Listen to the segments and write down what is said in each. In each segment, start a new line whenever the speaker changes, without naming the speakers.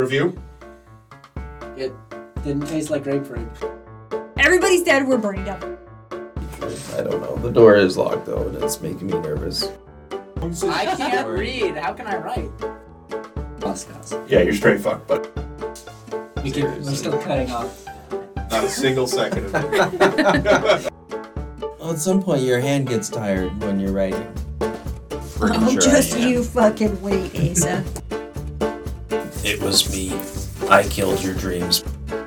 Review?
It didn't taste like grapefruit.
Everybody's dead. We're burning down.
I don't know. The door is locked though, and it's making me nervous.
I can't read. How can I write?
Buscas.
Yeah, you're straight fucked, but
We can, we're still cutting off.
not a single second of it.
Well, at some point, your hand gets tired when you're writing. Pretty
Oh,
sure I
just
am.
you fucking wait, Asa.
It was me. I killed your dreams.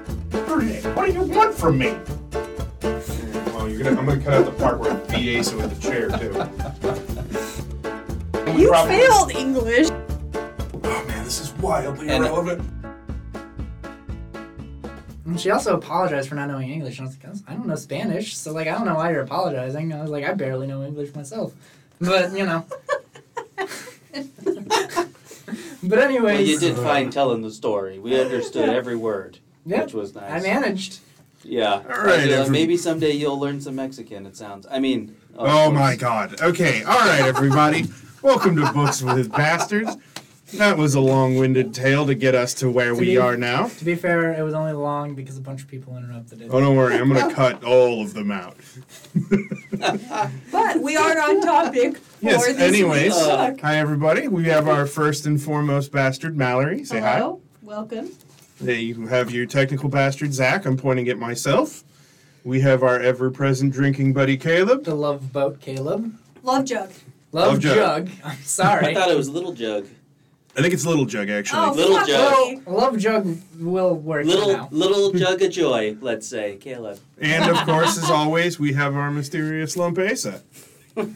What do you want from me? Well, you're gonna, I'm gonna cut out the part where it beat Asa with the chair, too. We
You
probably-
failed English.
Oh man, this is wildly
uh,
And-
irrelevant.
And she also apologized for not knowing English. And I was like, I don't know Spanish, so like I don't know why you're apologizing. I was like, I barely know English myself, but you know. but
Well,
anyways,
you did fine telling the story. We understood every word,
Yeah,
which was nice.
I managed.
yeah.
All right,
Uh,
every-
maybe someday you'll learn some Mexican. It sounds. I mean. of
Oh
course.
my god. Okay, all right, everybody. Welcome to Books with Bastards. That was a long winded tale to get us to where we
be-
are now.
To be fair, it was only long because a bunch of people interrupted it.
Oh, don't worry, I'm gonna cut all of them out.
But we are on topic. For
Yes,
This
anyways.
Uh,
week's book.
Hi, everybody. We have our first and foremost bastard, Mallory. Say hi.
Hello. Welcome.
There you have your technical bastard, Zach. I'm pointing at myself. We have our ever present drinking buddy, Caleb.
The love boat, Caleb.
Love jug.
Love,
Love
jug.
jug.
I'm sorry.
I thought it was Little Jug.
I think it's Little Jug,
Oh,
actually.
Little
fuck
Jug.
me.
love jug will work
Little
now.
Little Jug of Joy. Let's say Caleb.
And of course, as always, we have our mysterious lump Asa.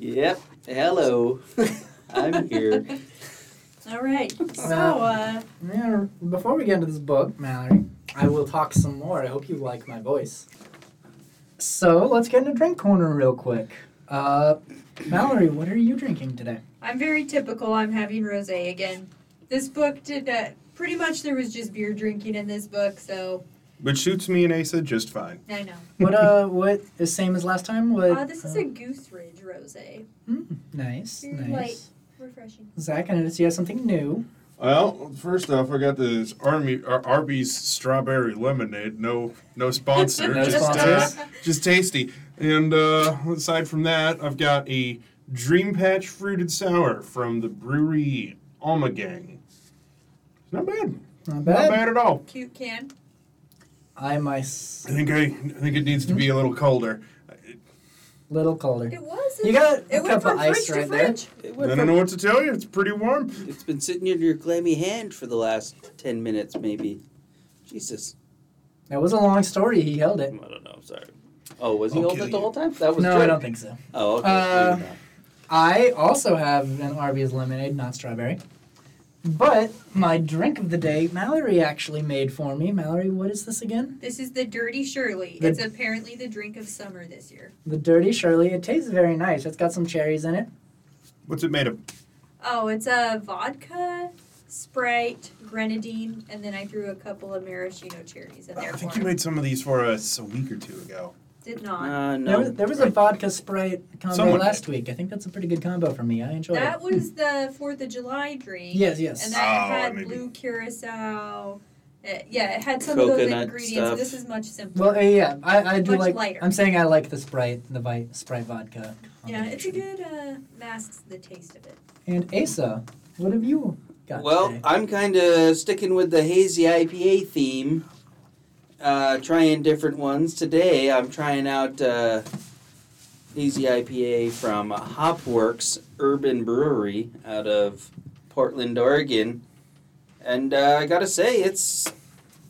Yep. Hello. I'm here.
All right.
Oh,
So, uh,
Yeah, before we get into this book, Mallory, I will talk some more. I hope you like my voice. So let's get into drink corner real quick. Uh, Mallory, what are you drinking today?
I'm very typical. I'm having rosé again. This book did not. Pretty much there was just beer drinking in this book, so
Which suits me and Asa just fine.
I know.
What uh, what is same as last time? What?
Uh, this is a Goose Ridge rosé.
nice,
Very
nice.
light. Refreshing.
Zach, I noticed you have something new.
Well, first off, I got this Army Ar- Arby's strawberry lemonade. No, no sponsor.
No
just,
sponsors.
Uh, just tasty. And uh, aside from that, I've got a Dream Patch fruited sour from the brewery Alma Gang. It's Not bad.
Not
Not
bad.
bad at all.
Cute can.
I my
I think I, I think it needs to be a little colder.
little colder.
It was.
You got a
it went
cup
from
of ice
fridge to
right there.
fridge.
It
I
went
don't
from-
know what to tell you. It's pretty warm.
it's been sitting in your clammy hand for the last ten minutes, maybe. Jesus.
That was a long story. He held
I
it.
don't know. Sorry. Oh, was he
I'll
holding
kill
it the
you.
whole time? That was
No,
Jug.
I don't think so.
Oh, okay.
Uh,
maybe not.
I also have an Arby's lemonade, not strawberry. But my drink of the day, Mallory actually made for me. Mallory, what is this again?
This is the Dirty Shirley.
The-
It's apparently the drink of summer this year.
The Dirty Shirley. It tastes very nice. It's got some cherries in it.
What's it made of?
Oh, it's a vodka, Sprite, grenadine, and then I threw a couple of maraschino cherries in there.
I think
for
Oh, you
him.
made some of these for us a week or two ago.
Did not.
Uh, no.
There was, there was a vodka Sprite combo
Someone
last week. I think that's a pretty good combo for me. I enjoyed
That
it.
was the Fourth of July drink.
Yes, yes.
And that
Oh,
had
maybe.
blue curacao. Uh, yeah, it had some of those
Coconut
ingredients.
stuff.
This is much simpler.
well, uh, yeah, I, I do
Much
like.
lighter.
I'm saying I like the Sprite, the vi- Sprite vodka.
yeah, it's a
combination.
good uh, masks the taste of it.
And Asa, what have you got?
Well,
today?
I'm kind of sticking with the hazy IPA theme, uh, trying different ones. Today, I'm trying out uh, hazy IPA from Hopworks Urban Brewery out of Portland, Oregon, and uh, I gotta say it's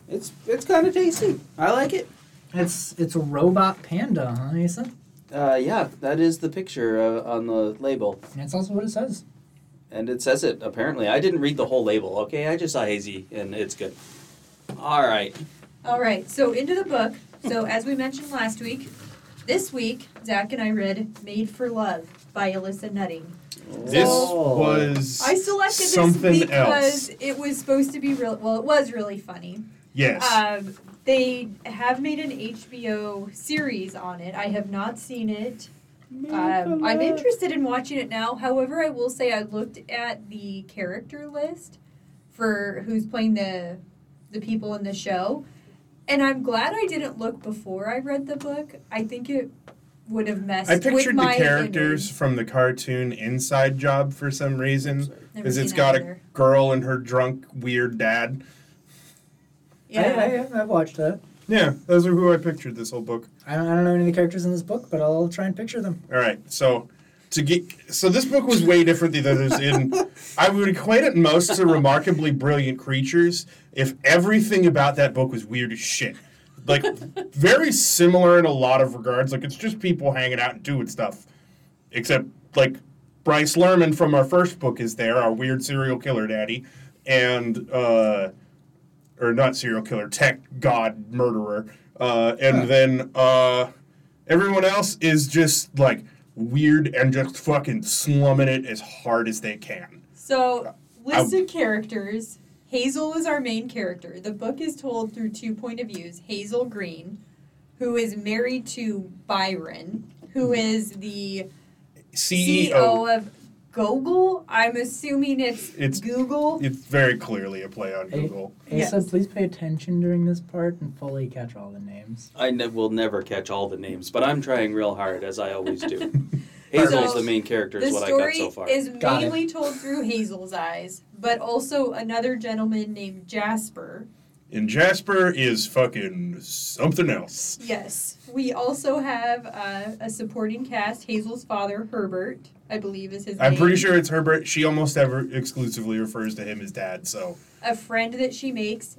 it's it's kind of tasty. I like it.
it's it's a robot panda, huh, Asa?
Uh, yeah, that is the picture uh, on the label,
That's also what it says.
and it says it. Apparently, I didn't read the whole label. Okay, I just saw hazy, and it's good. All right.
All right, so into the book. So, as we mentioned last week, this week, Zach and I read Made for Love by Alyssa Nutting.
This
Oh.
was
I selected
something
this because
else.
it was supposed to be real. Well, it was really funny.
Yes.
Um, they have made an HBO series on it. I have not seen it. Um, I'm interested in watching it now. However, I will say I looked at the character list for who's playing the the people in the show. And I'm glad I didn't look before I read the book. I think it would have messed
I
with
pictured the
my
characters from the cartoon Inside Job for some reason
image. Never
because
seen
it's
that
got a
either.
girl and her drunk weird dad.
yeah.
I, I, I've watched that.
Yeah, those are who I pictured this whole book.
I don't, I don't know any of the characters in this book, but I'll try and picture them.
All right, so to get so this book was way different than the others. In I would equate it most to remarkably brilliant creatures. If everything about that book was weird as shit, like very similar in a lot of regards. Like it's just people hanging out and doing stuff, except like Bryce Lerman from our first book is there, our weird serial killer daddy, and uh, or not serial killer, tech god murderer, uh, and then. Uh, Everyone else is just like weird and just fucking slumming it as hard as they can.
So, listed characters. Hazel is our main character. The book is told through two point of views. Hazel Green, who is married to Byron, who
Mm-hmm.
is the
CEO,
E
E
CEO, of Google. I'm assuming it's,
It's-
Google.
it's very clearly a play on
Hey.
Google.
Asa,
Yes.
please pay attention during this part and fully catch all the names.
I ne- will never catch all the names, but I'm trying real hard as I always do. Hazel's
So,
the main character,
The
is what I got
story
so far.
is
Got it.
mainly told through Hazel's eyes, but also another gentleman named Jasper.
And Jasper is fucking something else.
Yes. We also have uh, a supporting cast. Hazel's father, Herbert, I believe is his
I'm
name.
pretty sure it's Herbert. She almost ever exclusively refers to him as dad, so
A friend that she makes,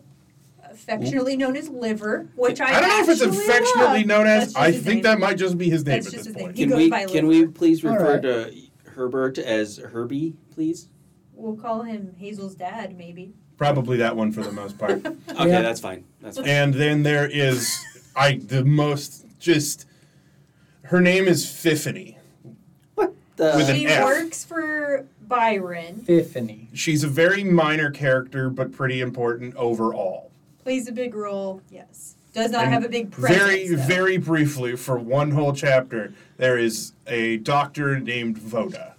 affectionately known as Liver, which I
I, don't know if it's
actually
affectionately
love.
known
That's
as.
just
I
his
think
name.
that might just be his name
That's
at
just
this
his name.
point.
He
Can
goes
we
by
can
Liver.
we please
All
refer
right.
to Herbert as Herbie, please?
We'll call him Hazel's dad, maybe.
Probably that one for the most part.
Okay,
Yeah.
that's fine. That's fine.
and then there is I the most just her name is Fiffany.
The-
With an
she
F.
works for Byron,
Fiffany.
She's a very minor character, but pretty important overall.
plays a big role, yes. Does not
And
have a big presence.
very,
though.
very briefly, for one whole chapter, there is a doctor named Voda.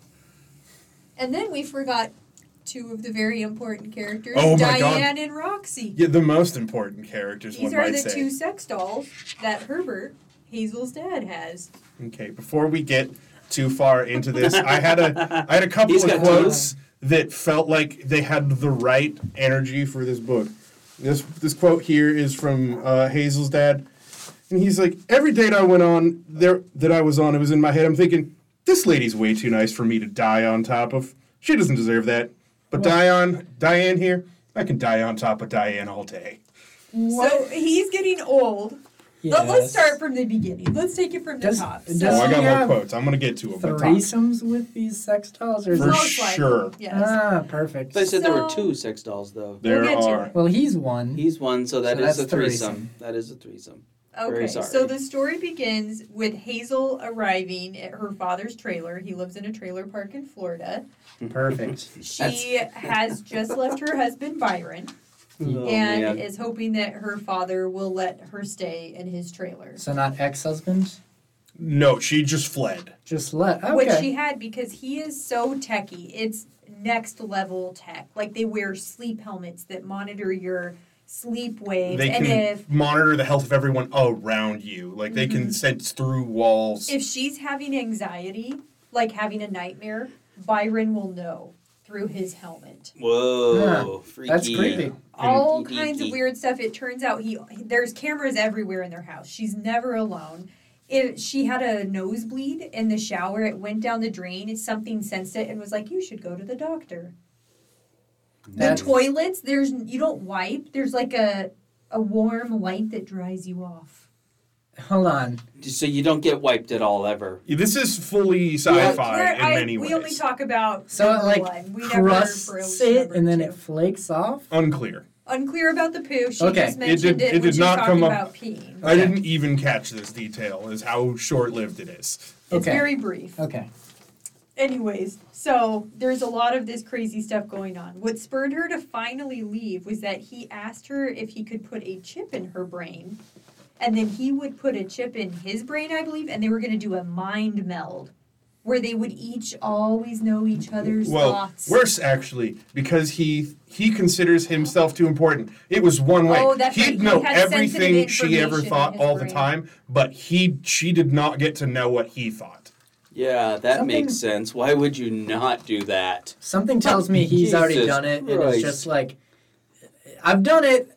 And then we forgot two of the very important characters
Oh my God.
Diane and Roxy.
Yeah, the most important characters,
These
one
are
might
the
say.
two sex dolls that Herbert, Hazel's dad, has.
Okay, before we get too far into this, I had a I had a couple
He's
of
got
quotes that felt like they had the right energy for this book. This this quote here is from uh, Hazel's dad, and he's like, "Every date I went on there that I was on, it was in my head. I'm thinking, this lady's way too nice for me to die on top of. She doesn't deserve that. But Diane, Diane here, I can die on top of Diane all day.
So he's getting old. Let, let's start from the beginning. Let's take it from the
Does-
top.
does-
Oh,
So,
I got
he
more
have
quotes. I'm gonna get to them. but talk.
Threesomes with these sex dolls, or is
For
it-
most likely,
sure.
Yes.
ah perfect?
they said there were
So-
two sex dolls though.
There
get to
are.
Well, he's one.
He's one, so that
So
is
that's
a threesome.
threesome.
That is a threesome.
Okay,
Very sorry.
so the story begins with Hazel arriving at her father's trailer. He lives in a trailer park in Florida.
Perfect.
She has just left her husband Byron
Hmm.
Oh,
and
man.
is hoping that her father will let her stay in his trailer,
So not ex-husband,
No, she just fled.
just let. Okay.
which she had because he is so techie. It's next level tech. Like they wear sleep helmets that monitor your sleep waves,
they
and
can
if Mm-hmm.
monitor the health of everyone around you. Like they can sense through walls.
if she's having anxiety, like having a nightmare, Byron will know through his helmet.
Whoa, freaky.
That's creepy.
All
Freaky
kinds of
deaky.
weird stuff. It turns out he there's cameras everywhere in their house. She's never alone. If she had a nosebleed in the shower, it went down the drain. It's something sensed it and was like, "You should go to the doctor." The
That's-
toilets, there's you don't wipe. There's like a a warm light that dries you off.
Hold on.
So you don't get wiped at all ever.
this is fully
Well,
sci-fi
we're-
in
I-
many ways.
We only talk about
So it
number
like
one. We never broached
crusts it
number
and then
two.
it flakes off.
Unclear.
unclear about the poo. She
Okay.
just
It
mentioned
did-
it,
it
when
did
she
not
talked
come up-
about peeing.
I
Okay.
didn't even catch this detail. Is how short-lived it is.
It's
Okay.
very brief.
Okay.
Anyways, so there's a lot of this crazy stuff going on. What spurred her to finally leave was that he asked her if he could put a chip in her brain, and then he would put a chip in his brain, I believe, and they were going to do a mind meld. where they would each always know each other's
well,
thoughts.
worse actually, because he he considers himself too important. It was one way.
Oh, that's
He'd
right. He
know
had sensitive
everything she ever
information in
thought
his
all
brain.
the time, but he she did not get to know what he thought.
Yeah, that
Something-
makes sense. Why would you not do that?
Something tells me he's already
Jesus
done it, and
Christ.
it's just like, I've done it.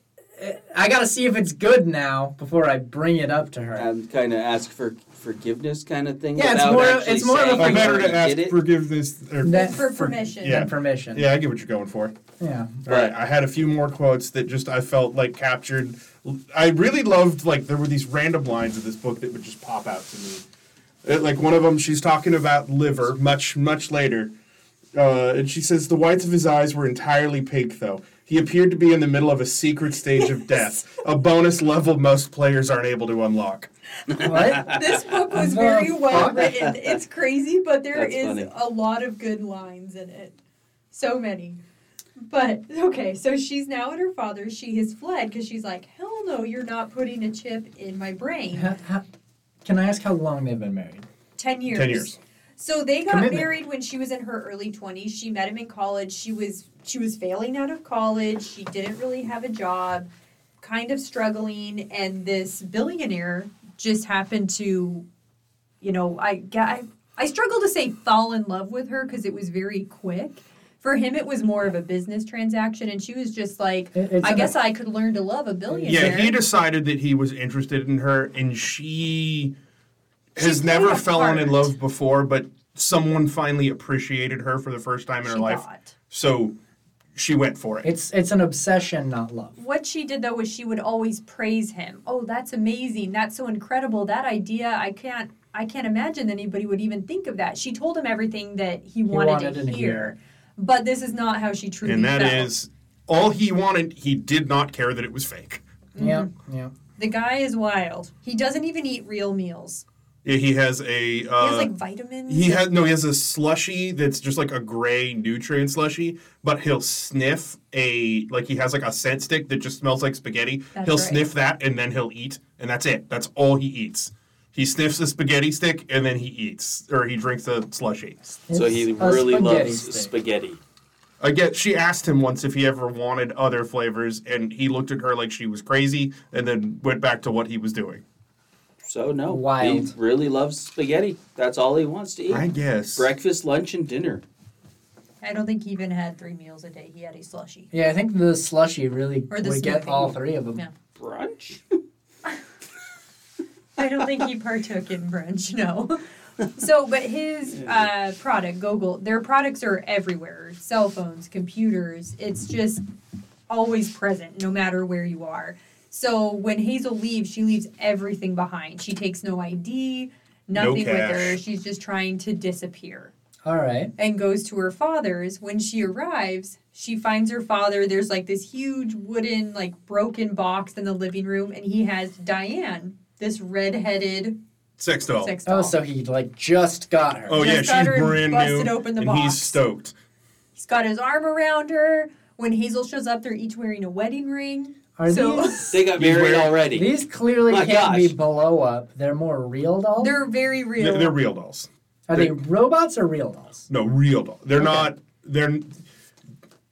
I gotta see if it's good now before I bring it up to her.
And kind of um, ask for forgiveness, kind of thing.
Yeah, it's
without
more-
actually
it's more of a
saying
Or
Like,
better
you
to ask
did it.
forgiveness. Or,
That-
for permission.
yeah.
and permission.
yeah, I get what you're going for.
Yeah.
All right, I had a few more quotes that just I felt like captured. I really loved like there were these random lines in this book that would just pop out to me. Uh, like one of them, she's talking about liver much much later, uh, and she says the whites of his eyes were entirely pink though. He appeared to be in the middle of a secret stage of death, a bonus level most players aren't able to unlock.
What?
This book was
The
very well
fuck?
written. It's crazy, but there
That's
is
funny.
a lot of good lines in it. So many. But okay, so she's now at her father's. She has fled because she's like, hell no, you're not putting a chip in my brain.
Ha- ha- Can I ask how long they've been married?
Ten years.
Ten years.
So they got
Commitment.
married when she was in her early twenties. She met him in college. She was she was failing out of college. She didn't really have a job, kind of struggling, and this billionaire just happened to, you know, I ga- I, I struggle to say fall in love with her because it was very quick. For him, it was more of a business transaction, and she was just like,
It- it's
I
an-
guess I could learn to love a billionaire.
Yeah, he decided that he was interested in her, and she has
She
never
played a
fallen in
part.
love before, but someone finally appreciated her for the first time in her
she
life.
thought.
So she went for it.
It's it's an obsession, not love.
What she did though was she would always praise him. Oh, that's amazing. That's so incredible. That idea, I can't I can't imagine that anybody would even think of that. She told him everything that he wanted,
wanted
to
to
hear,
hear.
But this is not how she truly
and that
felt.
is all he wanted. He did not care that it was fake.
Mm-hmm.
Yeah. Yeah.
the guy is wild. He doesn't even eat real meals.
Yeah, He has a. Uh,
he has like vitamins.
he has no. He has a slushy that's just like a gray nutrient slushy, but he'll sniff a like he has like a scent stick that just smells like spaghetti.
That's
he'll
right.
sniff that and then he'll eat, and that's it. That's all he eats. He sniffs a spaghetti stick and then he eats or he drinks a slushy.
So
It's
he
a
really
spaghetti
loves
stick.
spaghetti.
I get she asked him once if he ever wanted other flavors, and he looked at her like she was crazy, and then went back to what he was doing.
So no,
Wild.
he really loves spaghetti. That's all he wants to eat.
I guess.
Breakfast, lunch, and dinner.
I don't think he even had three meals a day. He had a slushy.
Yeah, I think the slushy really
Or the
would get
smoothie.
all three of them.
Yeah.
Brunch?
I don't think he partook in brunch, no. So, but his uh, product, Google, their products are everywhere cell phones, computers. It's just always present, no matter where you are. So, when Hazel leaves, she leaves everything behind. She takes no ID, nothing with her.
cash.
She's just trying to disappear
All right.
and goes to her father's. When she arrives, she finds her father. There's like this huge wooden, like broken box in the living room, and he has Diane, this redheaded
Sex doll.
sex doll.
Oh, so he like just got her.
Oh yeah,
Just got
she's
her and
brand
busted
new,
open the
and
box.
he's stoked.
He's got his arm around her. When Hazel shows up, they're each wearing a wedding ring.
Are
so-
these
They got
He's
married
wearing-
already.
these clearly
My
can't be
gosh.
blow up. They're more real dolls.
They're very real.
They're, they're real dolls.
Are they robots or real dolls?
No, real dolls. They're not. They're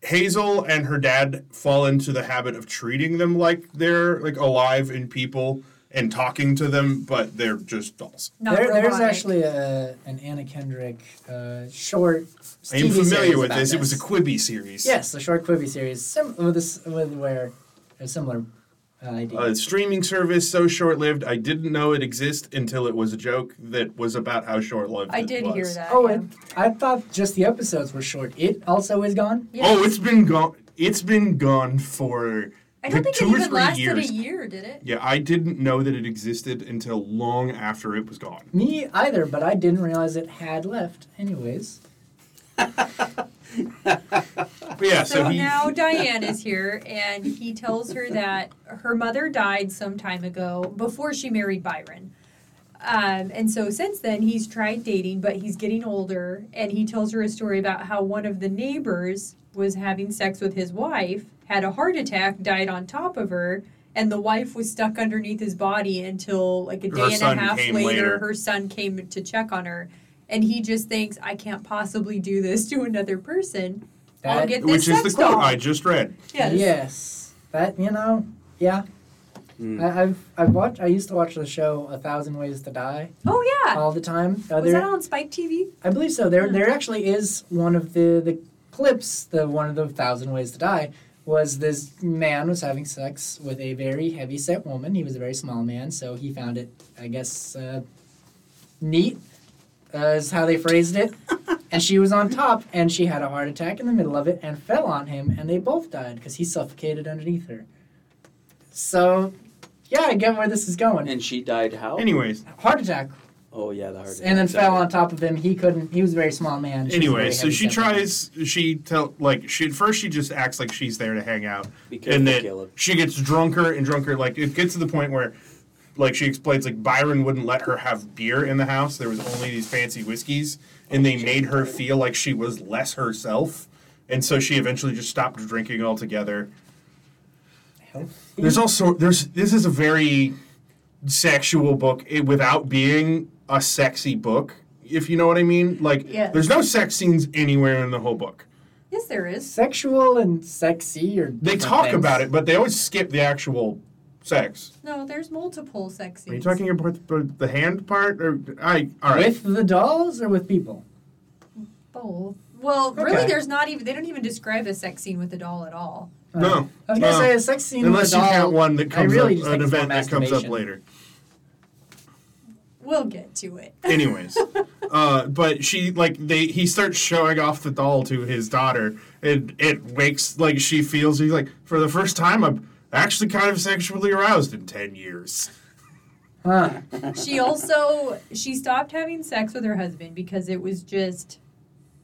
Hazel and her dad fall into the habit of treating them like they're like alive in people and talking to them, but they're just dolls.
not
There- there's
robotic.
actually a, an Anna Kendrick uh, short.
I am
TV series
familiar with
about
this. It was a Quibi series.
yes, the short Quibi series, sim- with this, with where a similar uh, idea.
A streaming service so short-lived, I didn't know it existed until it was a joke that was about how short-lived
I
it
did
was.
hear that.
oh,
yeah.
it, I thought just the episodes were short. It also is gone.
Yeah.
Oh, it's been gone. It's been gone for
I don't think
two
it
or
even
three
lasted
years.
a year, did it?
Yeah, I didn't know that it existed until long after it was gone.
Me either, but I didn't realize it had left. Anyways,
But yeah,
So,
so, he
now Diane is here, and he tells her that her mother died some time ago before she married Byron. Um, and so since then, he's tried dating, but he's getting older. And he tells her a story about how one of the neighbors was having sex with his wife, had a heart attack, died on top of her, and the wife was stuck underneath his body until like a
Her
day and a
son
half
came
later,
later.
her son came to check on her. and he just thinks I can't possibly do this to another person. I'll
That-
get this
Which is the
sex
quote
doll.
I just read.
Oh, Yes.
Yes. That you know, yeah.
Hmm.
Mm.
I, I've I've watched. I used to watch the show A Thousand Ways to Die
Oh yeah.
all the time. Uh,
Was
there,
that on Spike TV?
I believe so. There
Hmm.
there actually is one of the the clips. The one of the Thousand Ways to Die was this man was having sex with a very heavy set woman. He was a very small man, so he found it, I guess, uh, neat. Uh, is how they phrased it. and she was on top, and she had a heart attack in the middle of it, and fell on him, and they both died because he suffocated underneath her. So, yeah, I get where this is going.
And she died how?
Anyways,
Heart attack,
oh yeah, the heart.
and then
attack.
fell on top of him. He couldn't. He was a very small man. was a
anyway,
very
so
heavy
she
set woman.
tries. She tell like she at first she just acts like she's there to hang out,
Be careful,
and then
Caleb.
she gets drunker and drunker. Like it gets to the point where, like she explains, like Byron wouldn't let her have beer in the house. There was only these fancy whiskeys, and they made her feel like she was less herself, and so she eventually just stopped drinking altogether. There's also there's this is a very sexual book it, without being a sexy book, if you know what I mean. Like
Yeah.
there's no sex scenes anywhere in the whole book.
Yes, there is.
sexual and sexy or
They
different
talk
things.
about it, but they always skip the actual sex.
No, there's multiple sex
Are you
scenes.
talking about the, about the hand part or I all right.
with the dolls or with people.
Both. Well, really,
Okay.
there's not even. They don't even describe a sex scene with a doll at all.
no.
I was gonna
No.
say a sex scene
Uh, Unless
with a
you
doll.
count one that
I
comes
really just
up an
think it's more
event that comes up
masturbation.
later.
We'll get to it.
Anyways, uh, but she like they he starts showing off the doll to his daughter, and it wakes like she feels he's like for the first time I'm actually kind of sexually aroused in ten years.
Huh.
she also she stopped having sex with her husband because it was just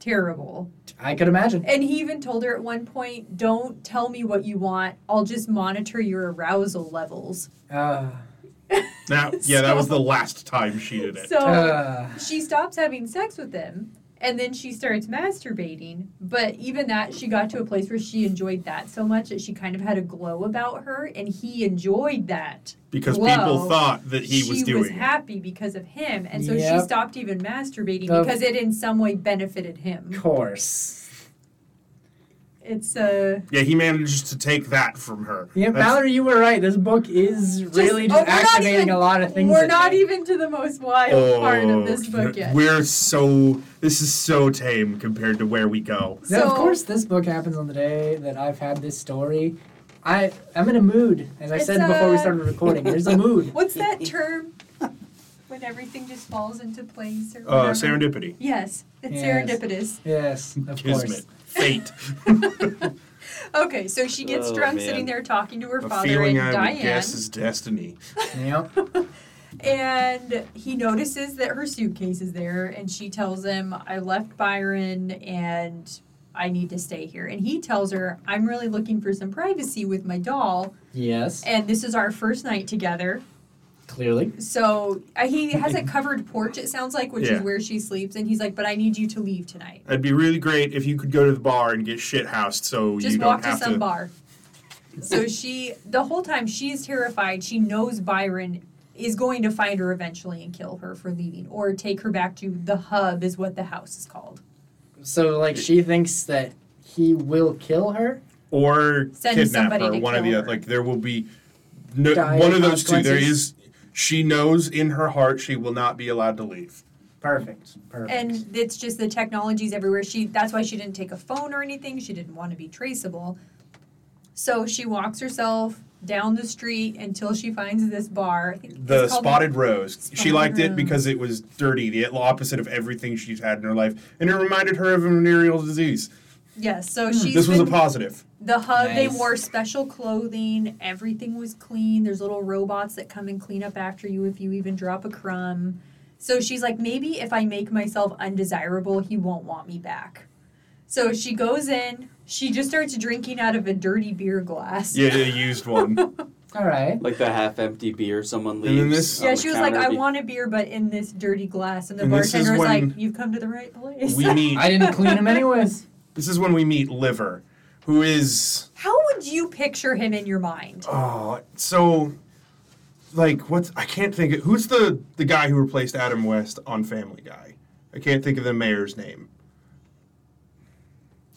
terrible.
I could imagine.
And he even told her at one point, "Don't tell me what you want. I'll just monitor your arousal levels."
Uh,
Now, yeah, that was the last time she did it.
So
uh,
she stops having sex with him and then she starts masturbating but even that she got to a place where she enjoyed that so much that she kind of had a glow about her and he enjoyed that
because
Whoa.
people thought that he
she
was doing.
was
it.
happy because of him and so she
Yep.
stopped even masturbating
Of-
because it in some way benefited him
course.
it's uh
Yeah, he manages to take that from her.
Yeah,
That's-
Mallory, you were right. This book is really
oh,
just
we're not
activating
even-
a lot of things.
we're
in
not
there.
even to the most wild part of this book yet
Oh, We're so this is so tame compared to where we go.
No,
So-
of course, this book happens on the day that I've had this story. I I'm in a mood, as I
It's,
said before we
uh,
started recording. There's a mood.
what's that term when everything just falls into place or
Uh,
whatever?
serendipity,
Yes, it's
Yes.
serendipitous.
Yes, of course.
kismet, fate.
Okay, so she gets
Oh,
drunk
man.
sitting there talking to her
A
father and
feeling I
Diane,
would guess is destiny.
Yep.
and he notices that her suitcase is there, and she tells him, "I left Byron, and I need to stay here." And he tells her, "I'm really looking for some privacy with my doll,
Yes.
and this is our first night together."
Clearly.
So uh, he has a covered porch, it sounds like, which
Yeah.
is where she sleeps, and he's like, "But I need you to leave tonight.
It'd be really great if you could go to the bar and get shit housed so
Just
you
walk
don't
to
have
some
to.
bar." So she, the whole time, she's terrified. She knows Byron is going to find her eventually and kill her for leaving, or take her back to the hub, is what the house is called.
So like she thinks that he will kill her.
Or
Send
kidnap
somebody
her,
to
one of
kill
the
her.
other. Like, there will be no,
Dire
one of those two. There
consequences.
is. She knows in her heart she will not be allowed to leave.
Perfect. Perfect.
And it's just the technology's everywhere. She that's why she didn't take a phone or anything. She didn't want to be traceable. So she walks herself down the street until she finds this bar. I think it's
The
called
spotted rose. she
Spotted
liked
Rose.
it because it was dirty, the opposite of everything she's had in her life, and it reminded her of venereal disease.
Yes. So she's
Hmm. this was a
been-
positive.
The hub, they
Nice.
wore special clothing. Everything was clean. There's little robots that come and clean up after you if you even drop a crumb. So she's like, maybe if I make myself undesirable, he won't want me back. So she goes in. She just starts drinking out of a dirty beer glass.
Yeah, they used one.
All right.
Like the half-empty beer someone
And
leaves.
then this-
on
Yeah,
the
she was like,
counter
I
be-
want a beer, but in this dirty glass. And the
And this
bartender
is
was like,
when
You've come to the right place.
we meet.
I didn't clean him anyways.
This is when we meet Liver, who is
How would you picture him in your mind?
Oh, so like what's I can't think of who's the the guy who replaced Adam West on Family Guy? I can't think of the mayor's name.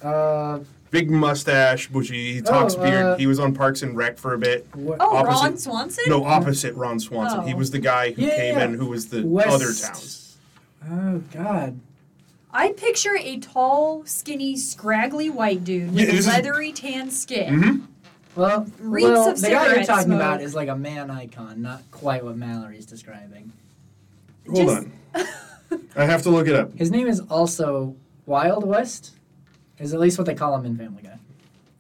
Oh.
Uh,
Big mustache, bushy. He talks
Oh,
beard.
uh,
he was on Parks and Rec for a bit.
what,
Oh, Ron
Opposite-
Swanson?
No, opposite Ron Swanson. He
Mm-hmm. Oh.
was the guy who
Yeah,
came
yeah.
in, who was the
West-
other towns.
Oh God.
I picture a tall, skinny, scraggly white dude
Yeah,
with
this is-
leathery tan skin.
Mhm.
Well,
Reeks
well,
of
the guy you're
cigarette
talking about
smoke.
is like a man icon, not quite what Mallory's describing.
Hold
Just-
on, I have to look it up.
His name is also Wild West, is at least what they call him in Family Guy.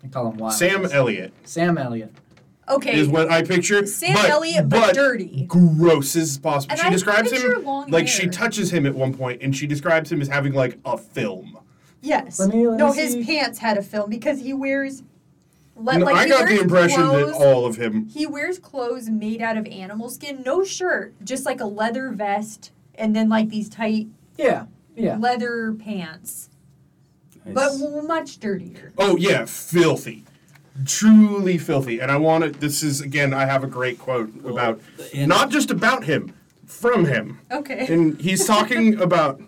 They call him Wild.
Sam
West.
Elliott
Sam Elliott.
Okay.
is what I picture.
Sam
but,
Elliott, but,
but
dirty.
gross as possible.
And
she
I
describes
picture
him
long
like she
hair.
touches him at one point, and she describes him as having like a film.
Yes.
Let me- let
no,
me
his
see.
pants had a film because he wears. le-
And
like,
I
he
got the
wears
impression
clothes,
that all of him.
He wears clothes made out of animal skin, no shirt, just like a leather vest, and then like these tight
Yeah. Yeah.
leather pants, but w- much dirtier.
Oh yeah, filthy, truly filthy. And I want to. This is again. I have a great quote about
and-
not just about him, from him.
Okay.
and he's talking about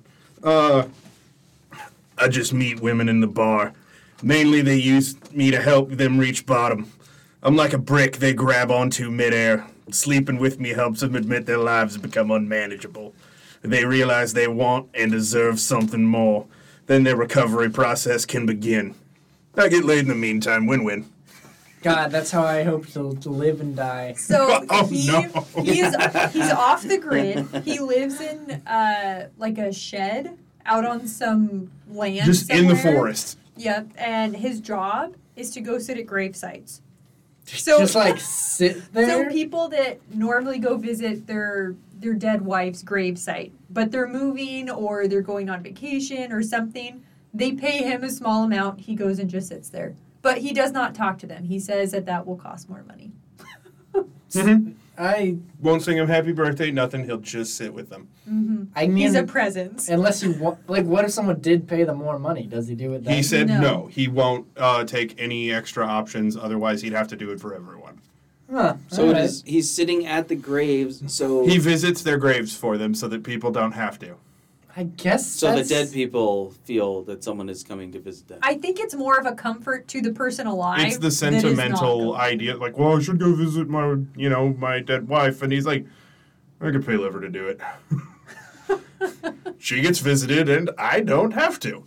uh, I just meet women in the bar. Mainly, they use me to help them reach bottom. I'm like a brick they grab onto midair. Sleeping with me helps them admit their lives become unmanageable. They realize they want and deserve something more. Then their recovery process can begin. I get laid in the meantime. Win-win.
God, that's how I hope to, to live and die.
So
Oh,
he,
no.
he's he's off the grid. He lives in uh, like a shed out on some land.
just in the
somewhere.
forest.
Yep, and his job is to go sit at grave sites. So
Just like sit
so
there.
people that normally go visit their their dead wife's grave site, but they're moving or they're going on vacation or something, they pay him a small amount, he goes and just sits there. But he does not talk to them. He says that that will cost more money.
I
Won't sing him happy birthday. Nothing. He'll just sit with them.
hmm
I mean,
He's a presence.
unless you wa- like, what if someone did pay them more money? Does he do it? Then?
He said no.
No.
he won't uh, take any extra options. Otherwise, he'd have to do it for everyone.
Huh,
So it
alright.
is, he's sitting at the graves, so
He visits their graves for them so that people don't have to.
I guess.
so the
that's-
dead people feel that someone is coming to visit them.
I think it's more of a comfort to the person alive.
it's the
that is not
sentimental
comfortable.
idea, like, well, I should go visit my, you know, my dead wife, and he's like, I could pay Liver to do it. she gets visited, and I don't have to.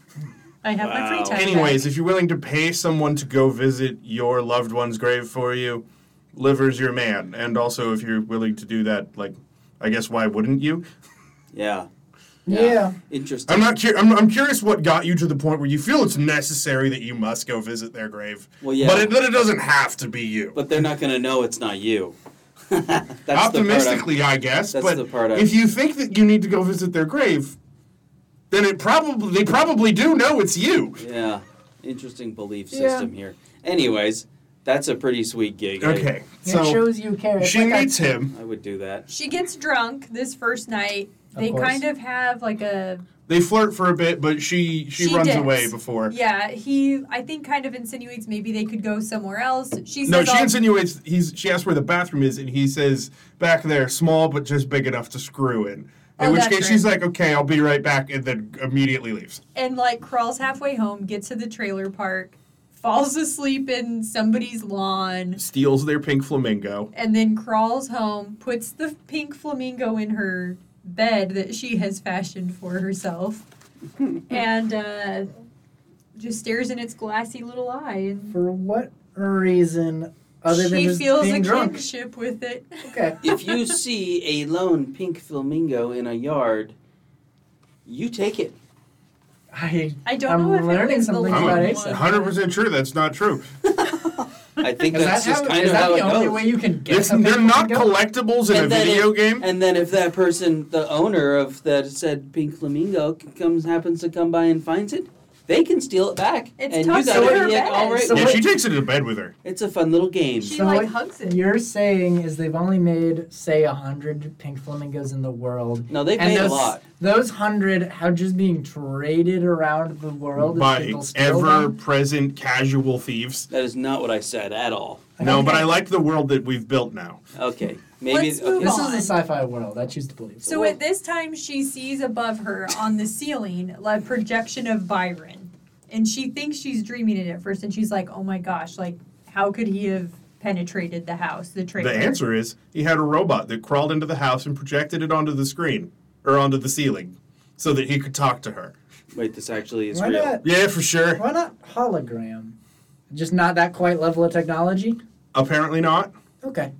I have my free
Wow.
time.
Anyways, if you're willing to pay someone to go visit your loved one's grave for you, Liver's your man. And also, if you're willing to do that, like, I guess why wouldn't you?
yeah.
Yeah.
Interesting.
I'm not. Cu- I'm, I'm curious what got you to the point where you feel it's necessary that you must go visit their grave.
Well, yeah.
But it, but it doesn't have to be you.
But they're not going to know it's not you. that's
Optimistically,
the part
I guess.
that's
but
the part I'm-
if you think that you need to go visit their grave, then it probably they probably do know it's you.
I'm, yeah. Interesting belief
Yeah.
system here. Anyways, that's a pretty sweet gig. I-
Okay,
it
so
shows you care. It's
she
like a-
meets him.
I, would do that.
She gets drunk this first night.
Of
They
course.
kind of have like a
They flirt for a bit, but she she,
She
runs
dips.
away before.
yeah. He I think kind of insinuates maybe they could go somewhere else. She says um,
No, she
I'll-
insinuates he's. She asks where the bathroom is, and he says back there, small but just big enough to screw in. In
Oh,
which
that's
case,
right.
she's like, "Okay, I'll be right back," and then immediately leaves.
and like crawls halfway home, gets to the trailer park, falls asleep in somebody's lawn,
Steals their pink flamingo.
and then crawls home, puts the pink flamingo in her bed that she has fashioned for herself, and uh, just stares in its glassy little eye and.
For what reason other
she
than just
feels
being
a
drunk?
kinship with it.
Okay.
If you see a lone pink flamingo in a yard, you take it.
I
I don't
I'm
know if
learning
it was
something
the
about
lone
it.
one.
100% sure that's not true.
I think
is that,
that's
how,
just kind
is
of
that
how
the
it
only
goes.
way you can get
It's,
a
they're
pink
not
flamingo?
collectibles in a
And then
video
if-
game.
And then if that person, the owner of that said pink flamingo, c- comes happens to come by and finds it, they can steal it back.
It's
and you
tucked
got
under
it. You're
her
like, all
bed.
right.
So
yeah,
what-
she takes it to bed with her.
it's a fun little game.
She
So
like
what
hugs it.
You're saying is they've only made say a hundred pink flamingos in the world,
No, they
and
paid a
those
lot.
those hundred are just being traded around the world as
By
people steal
ever
them.
present casual thieves.
That is not what I said at all.
No, but I like the world that we've built now.
Okay. Maybe
Let's
okay.
move
This is
on.
a sci-fi world. I choose to believe.
So at this time, she sees above her on the ceiling a projection of Byron, and she thinks she's dreaming it at first, and she's like, "Oh my gosh! Like, how could he have penetrated the house, the trailer?"
The answer is he had a robot that crawled into the house and projected it onto the screen or onto the ceiling so that he could talk to her.
Wait, this actually is
why
real.
not?
Yeah, for sure.
Why not hologram? Just not that quite level of technology.
Apparently not.
Okay.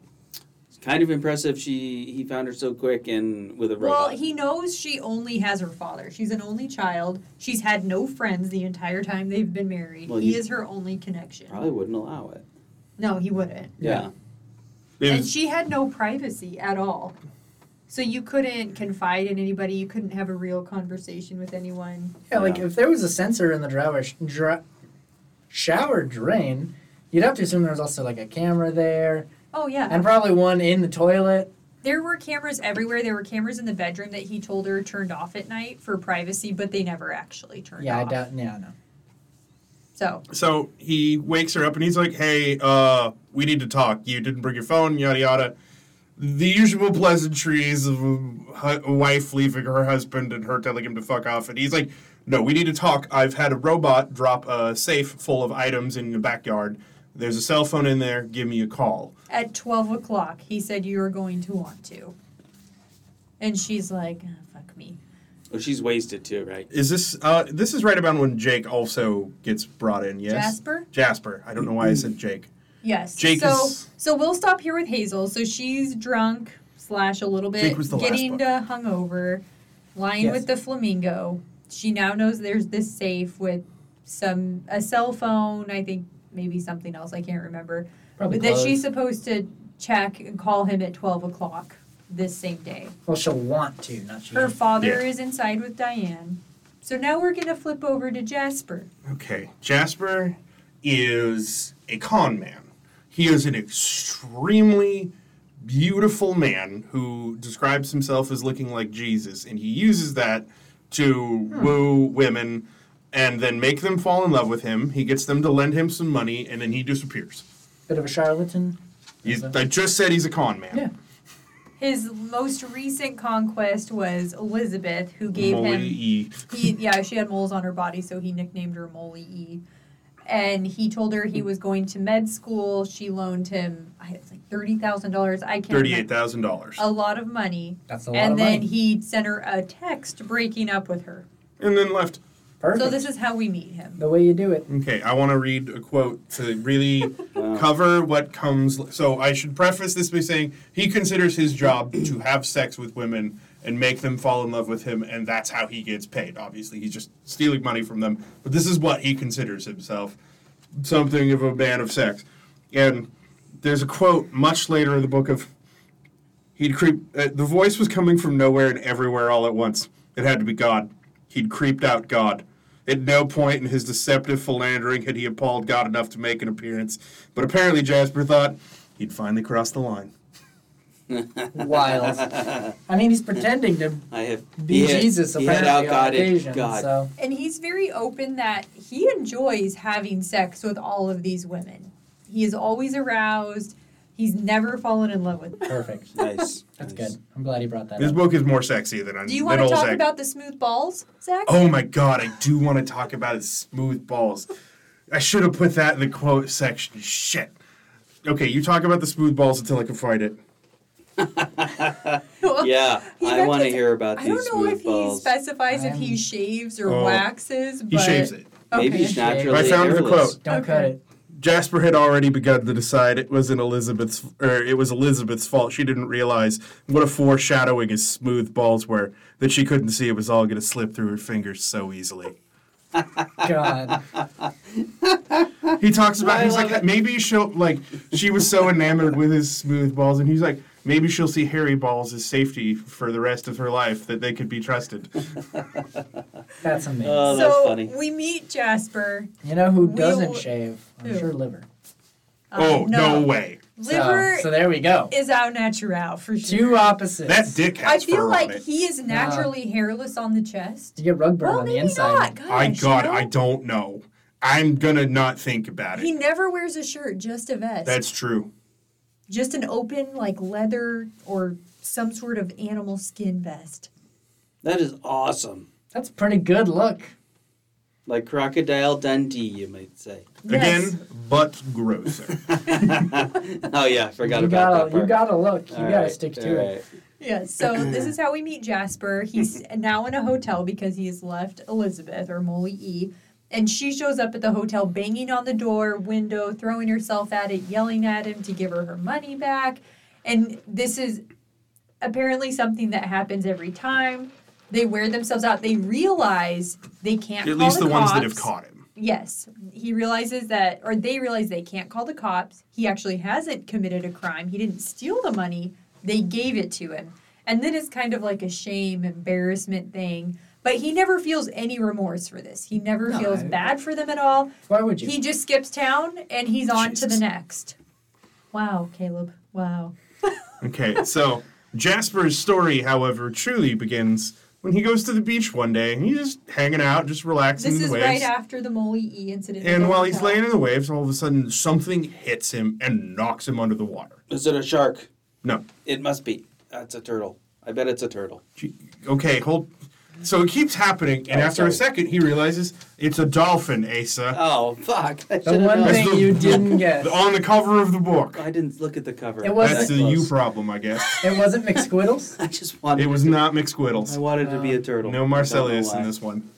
It's kind of impressive she he found her so quick and with a
Well,
robot.
he knows she only has her father. She's an only child. She's had no friends the entire time they've been married.
Well,
he
he-
is her only connection.
Probably wouldn't allow it.
No, he wouldn't.
Yeah.
It
And
was-
she had no privacy at all. So you couldn't confide in anybody. You couldn't have a real conversation with anyone.
Yeah, like
Yeah.
if there was a sensor in the drawer, sh- dra- shower drain, you'd have to assume there was also like a camera there,
Oh yeah.
and probably one in the toilet.
There were cameras everywhere. There were cameras in the bedroom that he told her turned off at night for privacy, but they never actually turned
Yeah, I
off.
doubt. Yeah, no.
So
so he wakes her up and he's like, hey, uh, we need to talk. You didn't bring your phone, yada, yada. The usual pleasantries of a hu- a wife leaving her husband and her telling him to fuck off. And he's like, no, we need to talk. I've had a robot drop a safe full of items in the backyard. There's a cell phone in there. Give me a call.
at twelve o'clock, he said you were going to want to, and she's like, "Ah, "Fuck me."
Well, she's wasted too, right?
Is this uh this is right about when Jake also gets brought in, yes?
Jasper?
Jasper. I don't know why I said Jake.
Yes.
Jake
so
is-
so we'll stop here with Hazel. So she's drunk slash a little bit
Jake was the last
getting
one.
to hungover, lying
Yes.
with the flamingo. She now knows there's this safe with some a cell phone. I think maybe something else. I can't remember.
Probably
But that
clothes.
she's supposed to check and call him at 12 o'clock this same day.
well, she'll want to, not she.
Her father
Yeah.
is inside with Diane. So now we're going to flip over to Jasper.
Okay. Jasper is a con man. He is an extremely beautiful man who describes himself as looking like Jesus, and he uses that to
Hmm.
woo women and then make them fall in love with him. He gets them to lend him some money, and then he disappears.
Bit of a charlatan.
He's, I just said he's a con man.
Yeah.
His most recent conquest was Elizabeth, who gave
Molly
him.
E.
He, yeah, she had moles on her body, so he nicknamed her Molly E. And he told her he was going to med school. She loaned him, I it's like $30,000. I can't. remember.
$38,000.
A lot of money.
That's a lot
and
of
then
money.
he sent her a text breaking up with her.
And then left.
Perfect.
So this is how we meet him.
the way you do it.
Okay, I want to read a quote to really
Wow.
cover what comes. So I should preface this by saying he considers his job to have sex with women and make them fall in love with him, and that's how he gets paid. Obviously, he's just stealing money from them, but this is what he considers himself something of a man of sex. And there's a quote much later in the book of He'd creep. Uh, the voice was coming from nowhere and everywhere all at once. It had to be God. He'd creeped out God. At no point in his deceptive philandering had he appalled God enough to make an appearance. But apparently, Jasper thought he'd finally crossed the line.
Wild. I mean, he's pretending to
I have
be
he had-
Jesus
He had
apparently on
outgodded
occasion.
God.
So
And he's very open that he enjoys having sex with all of these women. He is always aroused. He's never fallen in love with.
perfect.
Nice.
That's
nice.
good. I'm glad he brought that
This
up.
book is more sexy than I'm.
Do you
than
want to
old
talk
Zach.
about the smooth balls, Zach?
Oh my God! I do want to talk about his smooth balls. I should have put that in the quote section. Shit. Okay, you talk about the smooth balls until I can find it.
Well,
Yeah,
He
I want to
reckons-
hear about
I
these
don't know
smooth
if he
balls.
specifies if
I'm-
he shaves or
Oh.
waxes,
He
but
shaves it.
Okay.
Maybe he's naturally
I found the
hairless.
quote.
Don't
Okay.
cut it.
Jasper had already begun to decide it was an Elizabeth's or it was Elizabeth's fault. She didn't realize what a foreshadowing his smooth balls were that she couldn't see it was all going to slip through her fingers so easily.
God.
He talks about
I
he's
love
like maybe she'll like she was so enamored with his smooth balls and he's like maybe she'll see hairy balls as safety for the rest of her life that they could be trusted.
That's amazing.
Oh, that's
so
funny.
we meet Jasper.
you know who
we'll-
doesn't shave? I'm
Who?
sure liver.
Um,
oh no.
no,
way!
Liver
So, so there we go.
is out natural for sure.
Two opposites.
That dick
I
has
feel
fur
like
on it. Uh,
he is naturally hairless on the chest.
You get rug burn
Well,
on the
maybe
inside.
not.
I
Gosh,
God,
you know?
I don't know. I'm gonna not think about
He
it.
never wears a shirt, just a vest.
That's true.
just an open like leather or some sort of animal skin vest.
That is awesome.
That's pretty good look.
Like Crocodile Dundee, you might say.
Yes.
Again, but grosser.
oh, yeah, I forgot
you gotta,
about that part.
you gotta look. You
All
gotta
right,
stick
all
to it.
right.
Yes. So this is how we meet Jasper. He's now in a hotel because he has left Elizabeth or Molly E. And she shows up at the hotel banging on the door, window, throwing herself at it, yelling at him to give her her money back. And this is apparently something that happens every time. They wear themselves out. They realize they can't.
At
call
least the ones that
cops.
have caught him.
Yes, he realizes that, or they realize they can't call the cops. He actually hasn't committed a crime. He didn't steal the money, they gave it to him. And then it's kind of like a shame, embarrassment thing. But he never feels any remorse for this. He never
No,
feels
I-
bad for them at all.
Why would you?
He just skips town and he's on to the
Jesus.
next. Wow, Caleb. Wow.
Okay, so Jasper's story, however, truly begins when he goes to the beach one day and he's just hanging out, just relaxing
This
in
is
the
right
waves.
after the Molly E incident. at
and
the
while he's
hotel.
laying in the waves, all of a sudden something hits him and knocks him under the water.
Is it a shark?
No.
It must be. That's a turtle. I bet it's a turtle.
Gee, Okay, hold. So it keeps happening, and
Oh,
after a
sorry.
second, he realizes it's a dolphin, Asa.
Oh, fuck. I
The
should've
one
known.
Uh, thing
the-
you didn't get.
on the cover of the book.
I didn't look at the cover.
It wasn't-
That's the
That
you
close.
problem, I guess.
It wasn't McSquiddles.
I just wanted.
It was
to-
not
I
McSquiddles.
wanted to be
Uh,
a turtle.
No Marcellius in this one.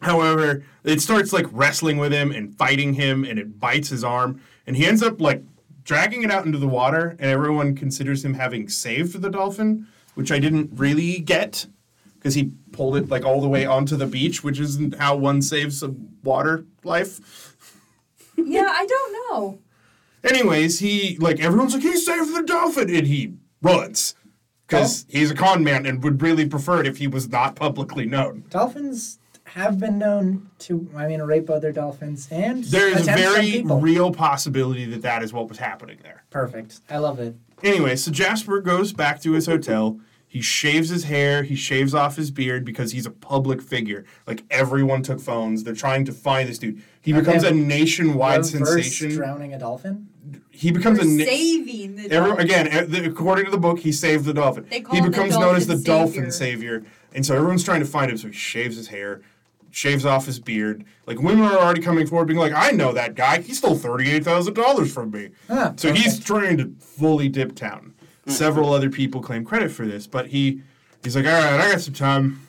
However, it starts like wrestling with him and fighting him, and it bites his arm, and he ends up like dragging it out into the water, and everyone considers him having saved the dolphin, which I didn't really get because he pulled it like all the way onto the beach, which isn't how one saves a water life.
Yeah, I don't know.
Anyways, he like everyone's like he saved the dolphin, and he runs because he's a con man and would really prefer it if he was not publicly known.
Dolphins have been known to, I mean, rape other dolphins and
There is a
attempt on
very
people.
real possibility that that is what was happening there.
Perfect. I love it.
Anyway, so Jasper goes back to his hotel. He shaves his hair. He shaves off his beard because he's a public figure. Like everyone took phones. They're trying to find this dude. He
Okay,
becomes a
but
nationwide
Reverse
sensation.
drowning a dolphin.
He becomes
For
a na-
saving the
Every,
dolphin.
again, e- the- according to the book, he saved the dolphin.
They call
He
him the
becomes known as the
dolphin
dolphin savior, and so everyone's trying to find him. So he shaves his hair, shaves off his beard. Like women are already coming forward, being like, "I know that guy. He stole thirty-eight thousand dollars from me."
Ah,
so he's trying to fully dip town. Several other people claim credit for this, but he he's like, "All right, I got some time.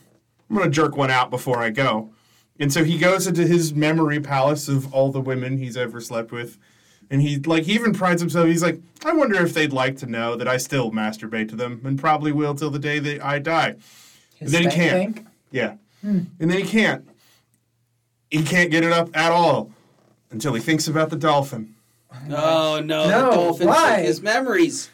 I'm gonna jerk one out before I go." And so he goes into his memory palace of all the women he's ever slept with. And he like he even prides himself. He's like, I wonder if they'd like to know that I still masturbate to them and probably will till the day that I die.
His
Then he
spank
can't.
bank.
Yeah.
Hmm.
And then he can't. He can't get it up at all until he thinks about the dolphin.
Oh no!
No,
the dolphin
why?
took his memories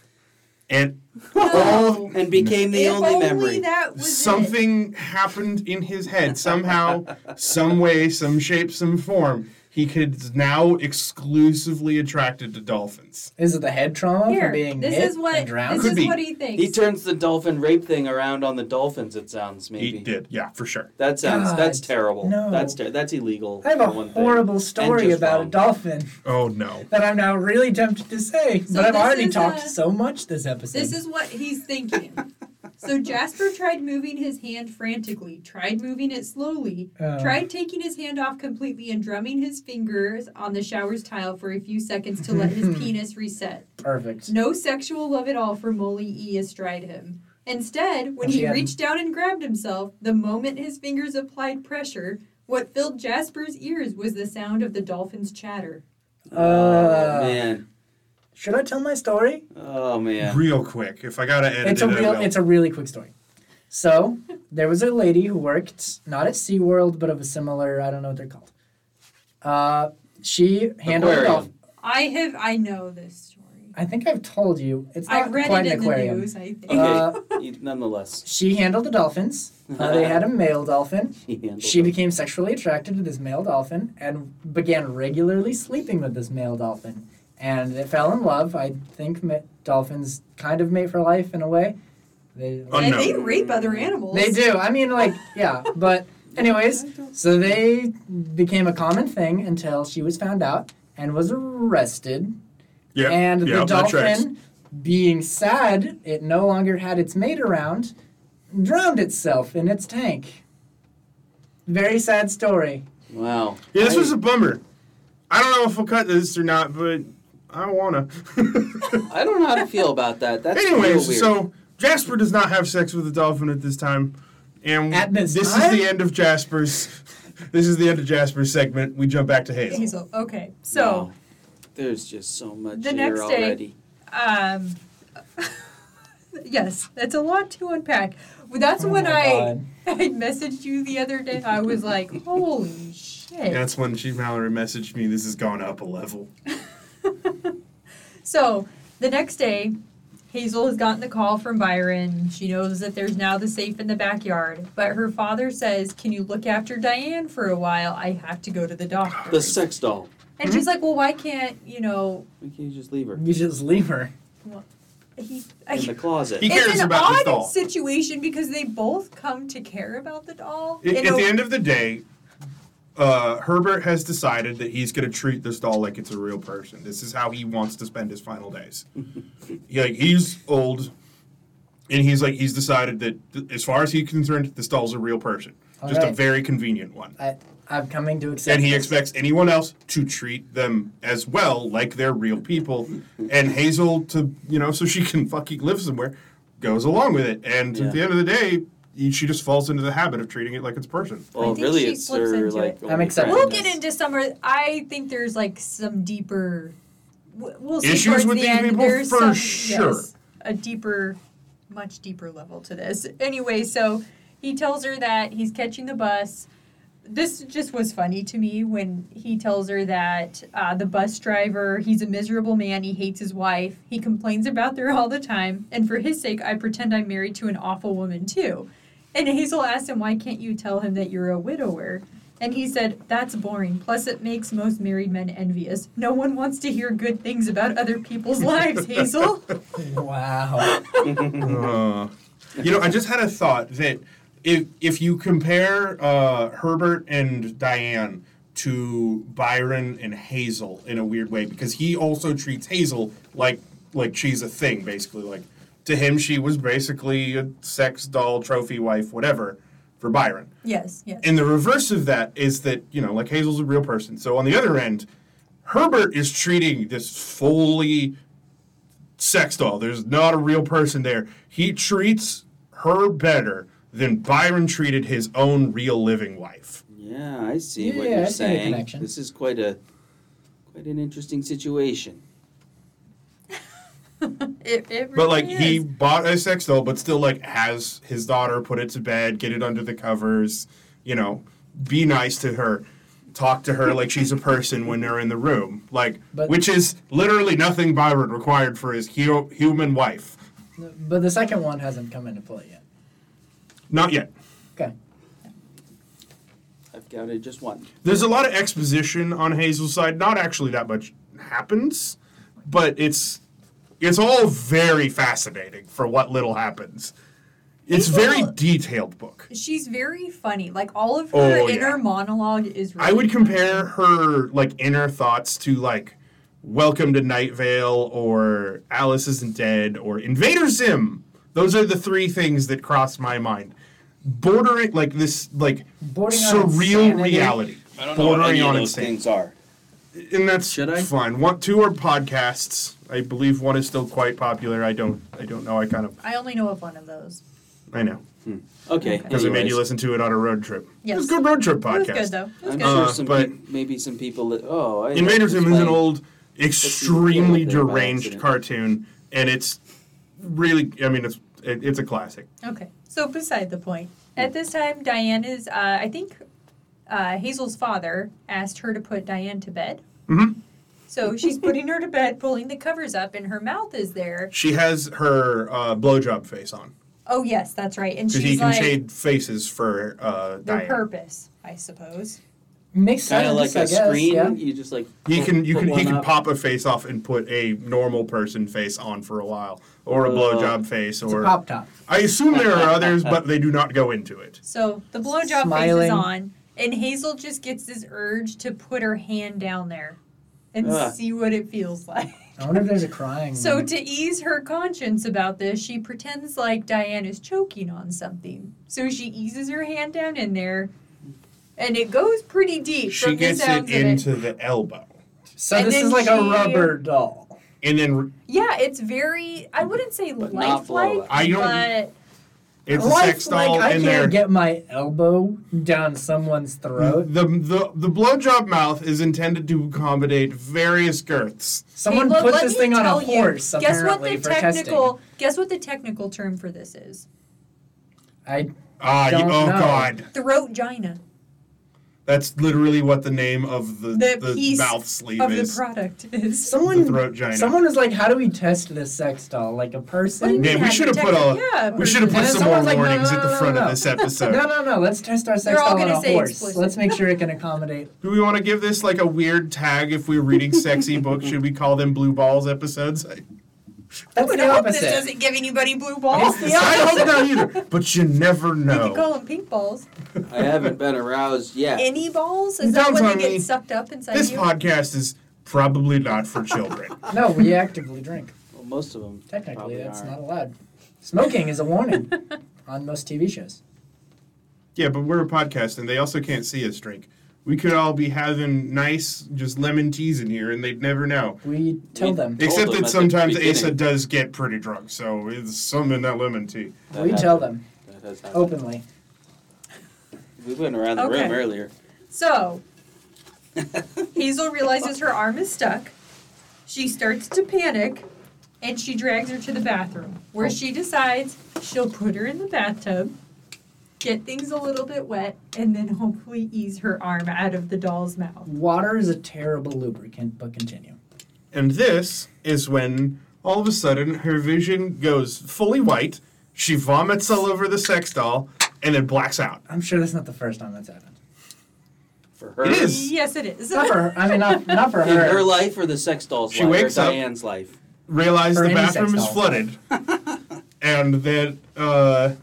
And all
and became the
If
only memory.
that was it.
something happened in his head somehow, some way, some shape, some form. He could is now exclusively attracted to dolphins.
Is it the head trauma
Here,
from being
this
hit
is what
and drowned?
this
Could
is
be.
what he thinks.
He turns the dolphin rape thing around on the dolphins. It sounds maybe.
He did, yeah, for sure.
That sounds. That's
God,
terrible.
no.
That's ter- that's illegal.
I have a
for one thing,
horrible
and
story
just
about
wrong.
a dolphin
Oh no.
that I'm now really tempted to say,
So
but I've
this
already
is
talked
a-
so much this episode.
This is what he's thinking. so Jasper tried moving his hand frantically, tried moving it slowly,
Oh.
tried taking his hand off completely and drumming his fingers on the shower's tile for a few seconds to let his penis reset.
perfect.
No sexual love at all for Molly E astride him. Instead, when
Once
he
again.
reached down and grabbed himself, the moment his fingers applied pressure, what filled Jasper's ears was the sound of the dolphin's chatter.
Oh
Uh,
man.
Should I tell my story?
Oh man.
real quick. If I gotta edit
it's a
it,
real
I will.
it's a really quick story so there was a lady who worked not at seaworld but of a similar i don't know what they're called uh, she handled a
Aquarium.
dolphin
I have I know this story.
i think i've told you it's not
I read
quite
it
an
in the
aquarium
news, I think.
Okay.
Uh,
You- Nonetheless,
she handled the dolphins uh, they had a male dolphin
she handled
she
it.
became sexually attracted to this male dolphin and began regularly sleeping with this male dolphin and they fell in love i think ma- dolphins kind of mate for life in a way they,
Oh,
and
no.
they rape other animals.
They do. I mean, like, yeah, but Anyways, so they became a common thing until she was found out and was arrested.
Yeah.
and
yeah,
the
that tracks.
dolphin, being sad it no longer had its mate around, drowned itself in its tank. Very sad story.
Wow.
Yeah, this
I-
was a bummer. I don't know if we'll cut this or not, but I wanna.
I don't know how to feel about that. That's real
Anyways,
weird.
so Jasper does not have sex with a dolphin at this time, and
At this
is
time?
the end of Jasper's. This is the end of Jasper's segment. We jump back to Hazel.
Hazel. Okay, so
Wow. there's just so much
The
here
next day-
already.
um, yes, that's a lot to unpack. Well, That's
Oh
when
my
I
God.
I messaged you the other day. I was like, holy shit.
That's when she Mallory messaged me. This has gone up a level.
So the next day, Hazel has gotten the call from Byron. She knows that there's now the safe in the backyard, but her father says, Can you look after Diane for a while? I have to go to the doctor.
The sex doll.
And she's like, Well, why can't, you know,
Why can't you just leave her
You just leave her.
he.
in the closet?
He cares
it's an
about the
odd
doll.
situation because they both come to care about the doll.
I-
in
at
a-
the end of the day, uh, Herbert has decided that he's going to treat this doll like it's a real person. This is how he wants to spend his final days. he, like he's old, and he's like he's decided that th- as far as he's concerned, this doll's a real person,
All
just a
right.
very convenient one.
I, I'm coming to accept.
And he
this.
expects anyone else to treat them as well, like they're real people. And Hazel, to you know, so she can fucking live somewhere, goes along with it. And
Yeah.
at the end of the day, he- she just falls into the habit of treating it like it's a person.
well,
I think
really,
she
it's
slips
her
into
like.
it.
only
I'm
friend.
accepting
We'll get into some. of- I think there's like some deeper. w- We'll see
Issues
towards
with
the
these
end.
people?
There's
For
some,
sure.
yes, a deeper, much deeper level to this. Anyway, so he tells her that he's catching the bus. This just was funny to me when he tells her that uh, the bus driver, he's a miserable man. He hates his wife. He complains about her all the time. And for his sake, I pretend I'm married to an awful woman, too. And Hazel asked him, Why can't you tell him that you're a widower? And he said, That's boring. Plus, it makes most married men envious. No one wants to hear good things about other people's lives, Hazel.
Wow.
Uh, you know, I just had a thought that if if you compare uh, Herbert and Diane to Byron and Hazel in a weird way, because he also treats Hazel like like she's a thing, basically. Like to him, she was basically a sex doll, trophy wife, whatever, for Byron.
yes, yes.
And the reverse of that is that, you know, like Hazel's a real person. So on the other end, Herbert is treating this fully sex doll. There's not a real person there. He treats her better than Byron treated his own real living wife.
Yeah, I see what
Yeah, I see
you're
the
saying.
connection.
This is quite a quite an interesting situation.
It, it really
But like he
is.
bought a sex doll, but still like has his daughter put it to bed, get it under the covers, you know, be nice to her, talk to her like she's a person when they're in the room, like
But-
which is literally nothing Byron required for his hu- human wife.
but the second one hasn't come into play yet.
Not yet.
Okay.
I've got it just one.
There's a lot of exposition on Hazel's side. Not actually that much happens, but it's it's all very fascinating for what little happens. It's very
Hazel-
detailed book.
She's very funny. Like all of her
Oh, yeah.
inner monologue is. Really
I would compare her like inner thoughts to like Welcome to Night Vale or Alice Isn't Dead or Invader Zim. Those are the three things that cross my mind. Bordering like this like
Bordering on
surreal
insanity.
reality.
I don't
Bordering
know what any
on
of those
insane.
things are.
And that's
Should I?
fine. One two are podcasts. I believe one is still quite popular. I don't I don't know. I kind of
I only know of one of those.
I know.
Okay,
Because it made you
anyways.
listen to it on a road trip. It was
Yes.
a good road trip
It was
podcast.
good though. It was
I'm
good.
sure
Uh,
some
but-
peop- maybe some people that oh I
Invader Zim is an
explain.
old, extremely
That's a little bit by
deranged
accident.
cartoon, and it's really, I mean, it's it, it's a classic.
Okay, so beside the point. At this time, Diane is, uh, I think uh, Hazel's father asked her to put Diane to bed.
Mhm.
So she's putting her to bed, pulling the covers up, and her mouth is there.
She has her uh, blowjob face on
Oh, yes, that's right. And
because he
she's
can
like,
shade faces for uh,
their
Diane.
purpose, I suppose.
Makes sense.
Kind of like
I
a
guess,
screen.
Yeah.
You just like
He
put-
can you
put
can he
one
can
up.
pop a face off and put a normal person face on for a while, or a
Uh,
blowjob face,
Oh. It's a
or
pop top.
I assume there are others, but they do not go into it.
So the blowjob face
Smiling.
is on, and Hazel just gets this urge to put her hand down there and
Ugh.
see what it feels like.
I wonder if there's a crying.
So
one.
to ease her conscience about this, she pretends like Diane is choking on something. So she eases her hand down in there, and it goes pretty deep.
She
from the
gets it
sounds of
into the elbow,
so
and
this
then
is like a
she-
rubber doll.
and then
Yeah, it's very. I wouldn't say
But not
lifelike.
blow-up.
I don't-
But
it's
Life-
a sex doll,
Like, I
and
can't
there
get my elbow down someone's throat.
the the the blowjob mouth is intended to accommodate various girths.
Someone
Hey, look,
put
let
this
me
thing on a
tell you,
horse
Guess what
apparently
the
for
technical?
testing.
Guess what the technical term for this is?
I
Ah, you, oh
Don't know.
god,
Throat gina
that's literally what the name of the
The
the,
piece
mouth sleeve
of the
is.
product is.
the
someone
throat gina.
someone was like, how do we test this sex doll? Like a person?
mean? we should've put a-
Yeah,
we should have
And
put
then
some more
someone's like, no,
warnings
no,
at the
no,
front
no,
of
no.
this
No,
episode.
no, no. Let's test our sex
They're all
doll on
gonna
a
say
horse.
explicit.
Let's make sure it can accommodate.
Do we want to give this like a weird tag if we're reading sexy books? Should we call them blue balls episodes? I,
I
That's
would
the
hope this
opposite.
doesn't give anybody blue balls.
It's the
I hope not either. But you never
We could
know.
call them pink balls.
I haven't been aroused yet.
Any balls?
You
Is that
don't
when
tell
they
me.
get sucked up inside
This
you?
podcast is probably not for children.
No, we actively drink.
Well, most of them.
Technically,
Probably
that's
are.
not allowed. Smoking is a warning on most TV shows.
yeah, but we're a podcast and they also can't see us drink. We could all be having nice, just lemon teas in here and they'd never know.
We tell
We-
them.
Told
Except
them
that
at the
sometimes Asa
beginning.
does get pretty drunk, so it's some in that lemon tea.
That
We
happened.
tell them
That
Oh.
has happened.
openly.
We went around the
Okay.
room earlier.
So Hazel realizes her arm is stuck. She starts to panic, and she drags her to the bathroom, where she decides she'll put her in the bathtub, get things a little bit wet, and then hopefully ease her arm out of the doll's mouth.
Water is a terrible lubricant, but continue.
And this is when all of a sudden her vision goes fully white, she vomits all over the sex doll, and then blacks out.
I'm sure that's not the first time that's happened.
For her.
It is.
Yes, it is.
Not for her. I mean, not, not for
In
her.
her life or the sex doll's
She
life
wakes
or
up.
Diane's life?
Realize
Or
the
any sex
bathroom is
doll.
flooded. and that uh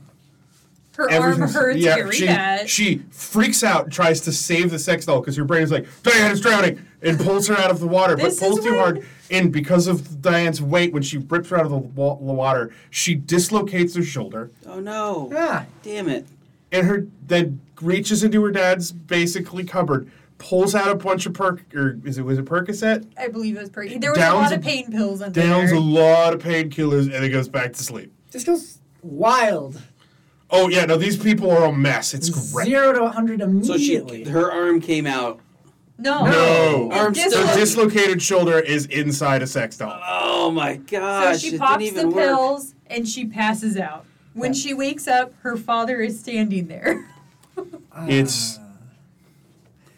Her arm
everything's
hurts
yeah,
very
she,
bad.
she freaks out, tries to save the sex doll because her brain is like, Diane is drowning and pulls her out of the water, but
This is
pulls too
when-
hard. And because of Diane's weight, when she rips her out of the wa- the water, she dislocates her shoulder.
Oh no!
Ah,
Damn it!
and her then reaches into her dad's basically cupboard, pulls out a bunch of perk or is it was it Percocet?
I believe it was pretty. There was a
Downs
lot
a-
of pain pills under
Downs a
there.
lot of painkillers and then goes back to sleep.
this goes wild.
Oh yeah, no, these people are a mess. It's great.
Zero to 100
So she,
immediately.
her arm came out.
No.
No.
Arm
It's
still-
Her
dislo-
dislocated shoulder is inside a sex doll.
Oh my
So
gosh!
she
it
pops
didn't
the
even work.
pills and she passes out. When she wakes up, her father is standing there
Uh,
It's-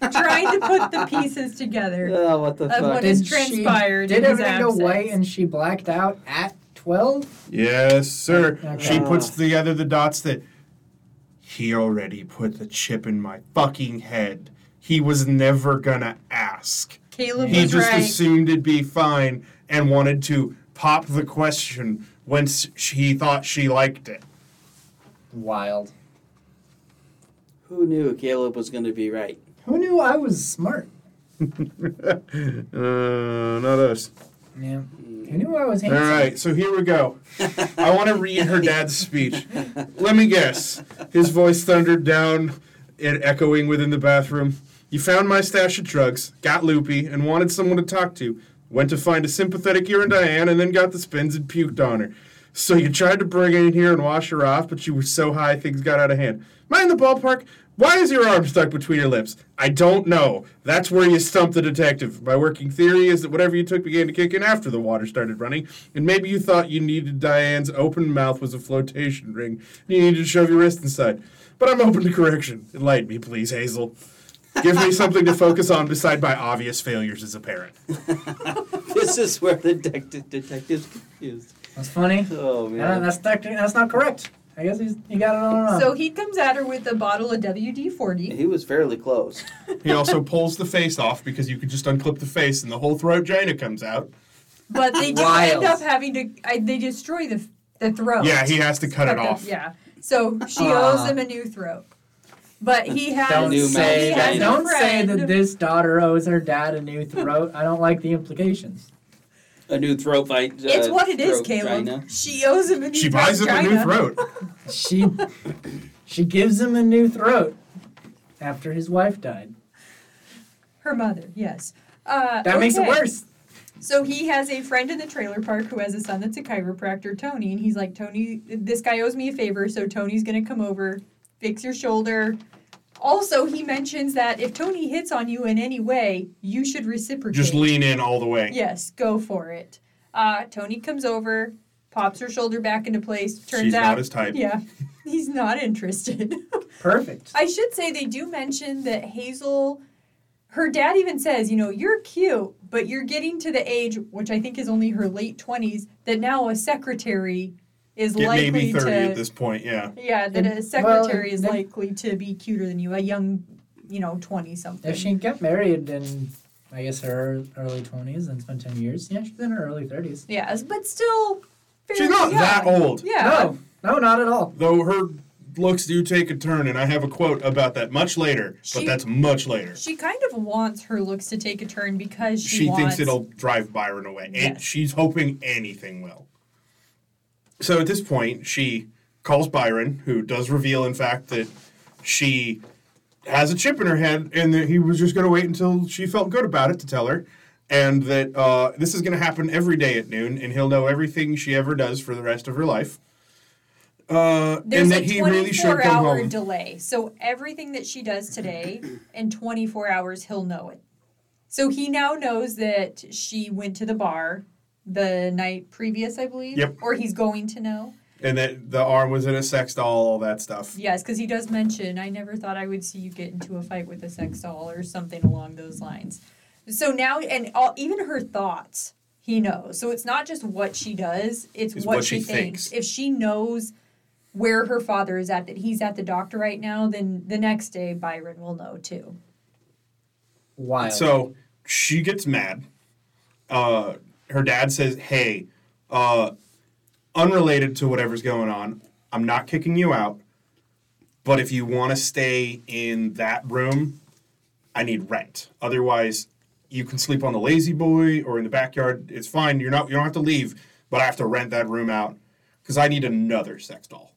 trying to put the pieces together.
Oh, what the
Of
fuck!
what is
Did she-
transpired in
Did
his
everything go
absence.
white and she blacked out at 12?
Yes, sir.
Okay.
She puts together the dots that he already put the chip in my fucking head. He was never gonna ask.
Caleb
He
was
just
right.
assumed it'd be fine and wanted to pop the question once he thought she liked it.
Wild.
Who knew Caleb was going to be right?
Who knew I was smart?
uh, not us.
Yeah. Who knew I was
All
handsome?
right, so here we go. I want to read her dad's speech. Let me guess. His voice thundered down and echoing within the bathroom. You found my stash of drugs, got loopy, and wanted someone to talk to. Went to find a sympathetic ear in Diane, and then got the spins and puked on her. So you tried to bring her in here and wash her off, but you were so high things got out of hand. Am I in the ballpark? Why is your arm stuck between your lips? I don't know. That's where you stumped the detective. My working theory is that whatever you took began to kick in after the water started running, and maybe you thought you needed Diane's open mouth was a flotation ring, and you needed to shove your wrist inside. But I'm open to correction. Enlighten me, please, Hazel. Give me something to focus on beside my obvious failures as a parent.
this is where the detective detective's confused.
That's funny.
Oh
Uh,
man!
that's, not, that's not correct. I guess he's, he got it all wrong.
So he comes at her with a bottle of WD 40.
He was fairly close.
He also pulls the face off because you could just unclip the face and the whole throat drainer comes out.
But they do
Wild.
end up having to, I, they destroy the, the throat.
Yeah, he has to Oh. cut it
the-
off.
Yeah. So she
Ah.
owes him a new throat. But he has.
don't
New
say
he has
mouth
that,
a
vagina.
don't say
friend.
that this daughter owes her dad a new throat. I don't like the implications.
A new throat fight. Uh,
It's what it is,
throat
Caleb.
vagina.
She owes him a new
She buys him a new
vagina.
throat.
She she gives him a new throat after his wife died.
Her mother, yes. Uh,
That makes it
okay.
worse.
So he has a friend in the trailer park who has a son that's a chiropractor, Tony, and he's like, Tony, this guy owes me a favor, so Tony's gonna come over, fix your shoulder. Also, he mentions that if Tony hits on you in any way, you should reciprocate.
Just lean in all the way.
Yes, go for it. Uh, Tony comes over, pops her shoulder back into place. Turns
She's
out,
not his type.
yeah, he's not interested.
Perfect.
I should say they do mention that Hazel, her dad even says, you know, you're cute, but you're getting to the age, which I think is only her late 20s, that now a secretary is
Get
likely
maybe 30
to.
at this point, yeah.
yeah, that
Well,
a secretary is
then-
likely to be cuter than you, a young, you know, 20 something.
If she got married in, I guess, her early 20s and spent 10 years, yeah, she's in her early 30s.
yes, but still.
She's
fairly
not that
young.
old.
Yeah.
No, no, not at all.
Though her looks do take a turn, and I have a quote about that much later,
She-
but that's much later.
She kind of wants her looks to take a turn because she,
She
wants,
thinks it'll drive Byron away, and
Yes.
she's hoping anything will. So at this point, she calls Byron, who does reveal, in fact, that she has a chip in her head, and that he was just going to wait until she felt good about it to tell her, and that uh, this is going to happen every day at noon, and he'll know everything she ever does for the rest of her life. Uh,
There's
and that
a
he
24
really should come
hour
home.
delay. So everything that she does today, in 24 hours, he'll know it. So he now knows that she went to the bar the night previous, I believe.
Yep.
Or he's going to know.
and that the arm was in a sex doll, all that stuff.
Yes, because he does mention, I never thought I would see you get into a fight with a sex doll or something along those lines. So now, and all, even her thoughts, he knows. So it's not just what she does, it's, what, she, thinks. If she knows where her father is at, that he's at the doctor right now, then the next day Byron will know too.
Wild.
So she gets mad. Uh, her dad says, "Hey, uh, unrelated to whatever's going on, I'm not kicking you out, but if you want to stay in that room, I need rent. Otherwise, you can sleep on the lazy boy or in the backyard. It's fine. You're not. You don't have to leave, but I have to rent that room out because I need another sex doll."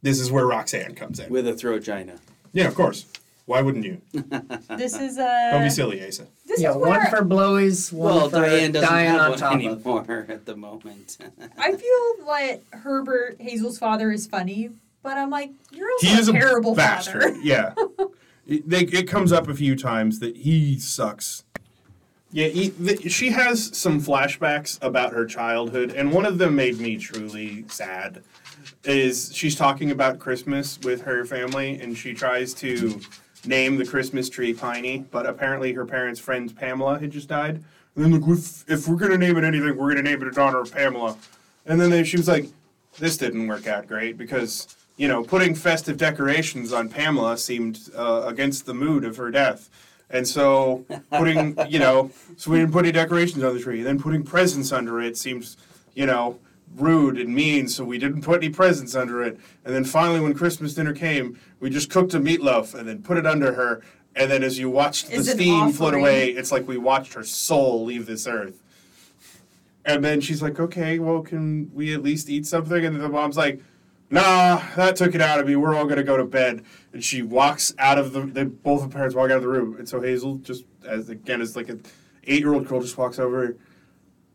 This is where Roxanne comes in.
With a throat vagina.
Yeah, of course. Why wouldn't you?
This is
Don't
uh,
be silly, Asa.
this
yeah,
is where
one for blowies, one
Well,
for
Diane doesn't
dying
have
on
one
top of.
anymore at the moment.
I feel like Herbert Hazel's father is funny, but I'm like, you're also
he is
a terrible
a bastard.
father.
Yeah, it, they, it comes up a few times that he sucks. Yeah, he, th she has some flashbacks about her childhood, and one of them made me truly sad. Is she's talking about Christmas with her family, and she tries to name the Christmas tree Piney, but apparently her parents' friend Pamela had just died. And then look, if, if we're gonna name it anything, we're gonna name it in honor of Pamela. And then they, she was like, this didn't work out great because you know putting festive decorations on Pamela seemed uh, against the mood of her death, and so putting you know so we didn't put any decorations on the tree. Then putting presents under it seems you know rude and mean, so we didn't put any presents under it. And then finally, when Christmas dinner came, we just cooked a meatloaf and then put it under her. And then as you watched the
It's an
steam float
offering.
away, it's like we watched her soul leave this earth. And then she's like, okay, well, can we at least eat something? And the mom's like, nah, that took it out of me. We're all going to go to bed. And she walks out of the, they, both the parents walk out of the room. And so Hazel just, as again, is like an eight year old girl just walks over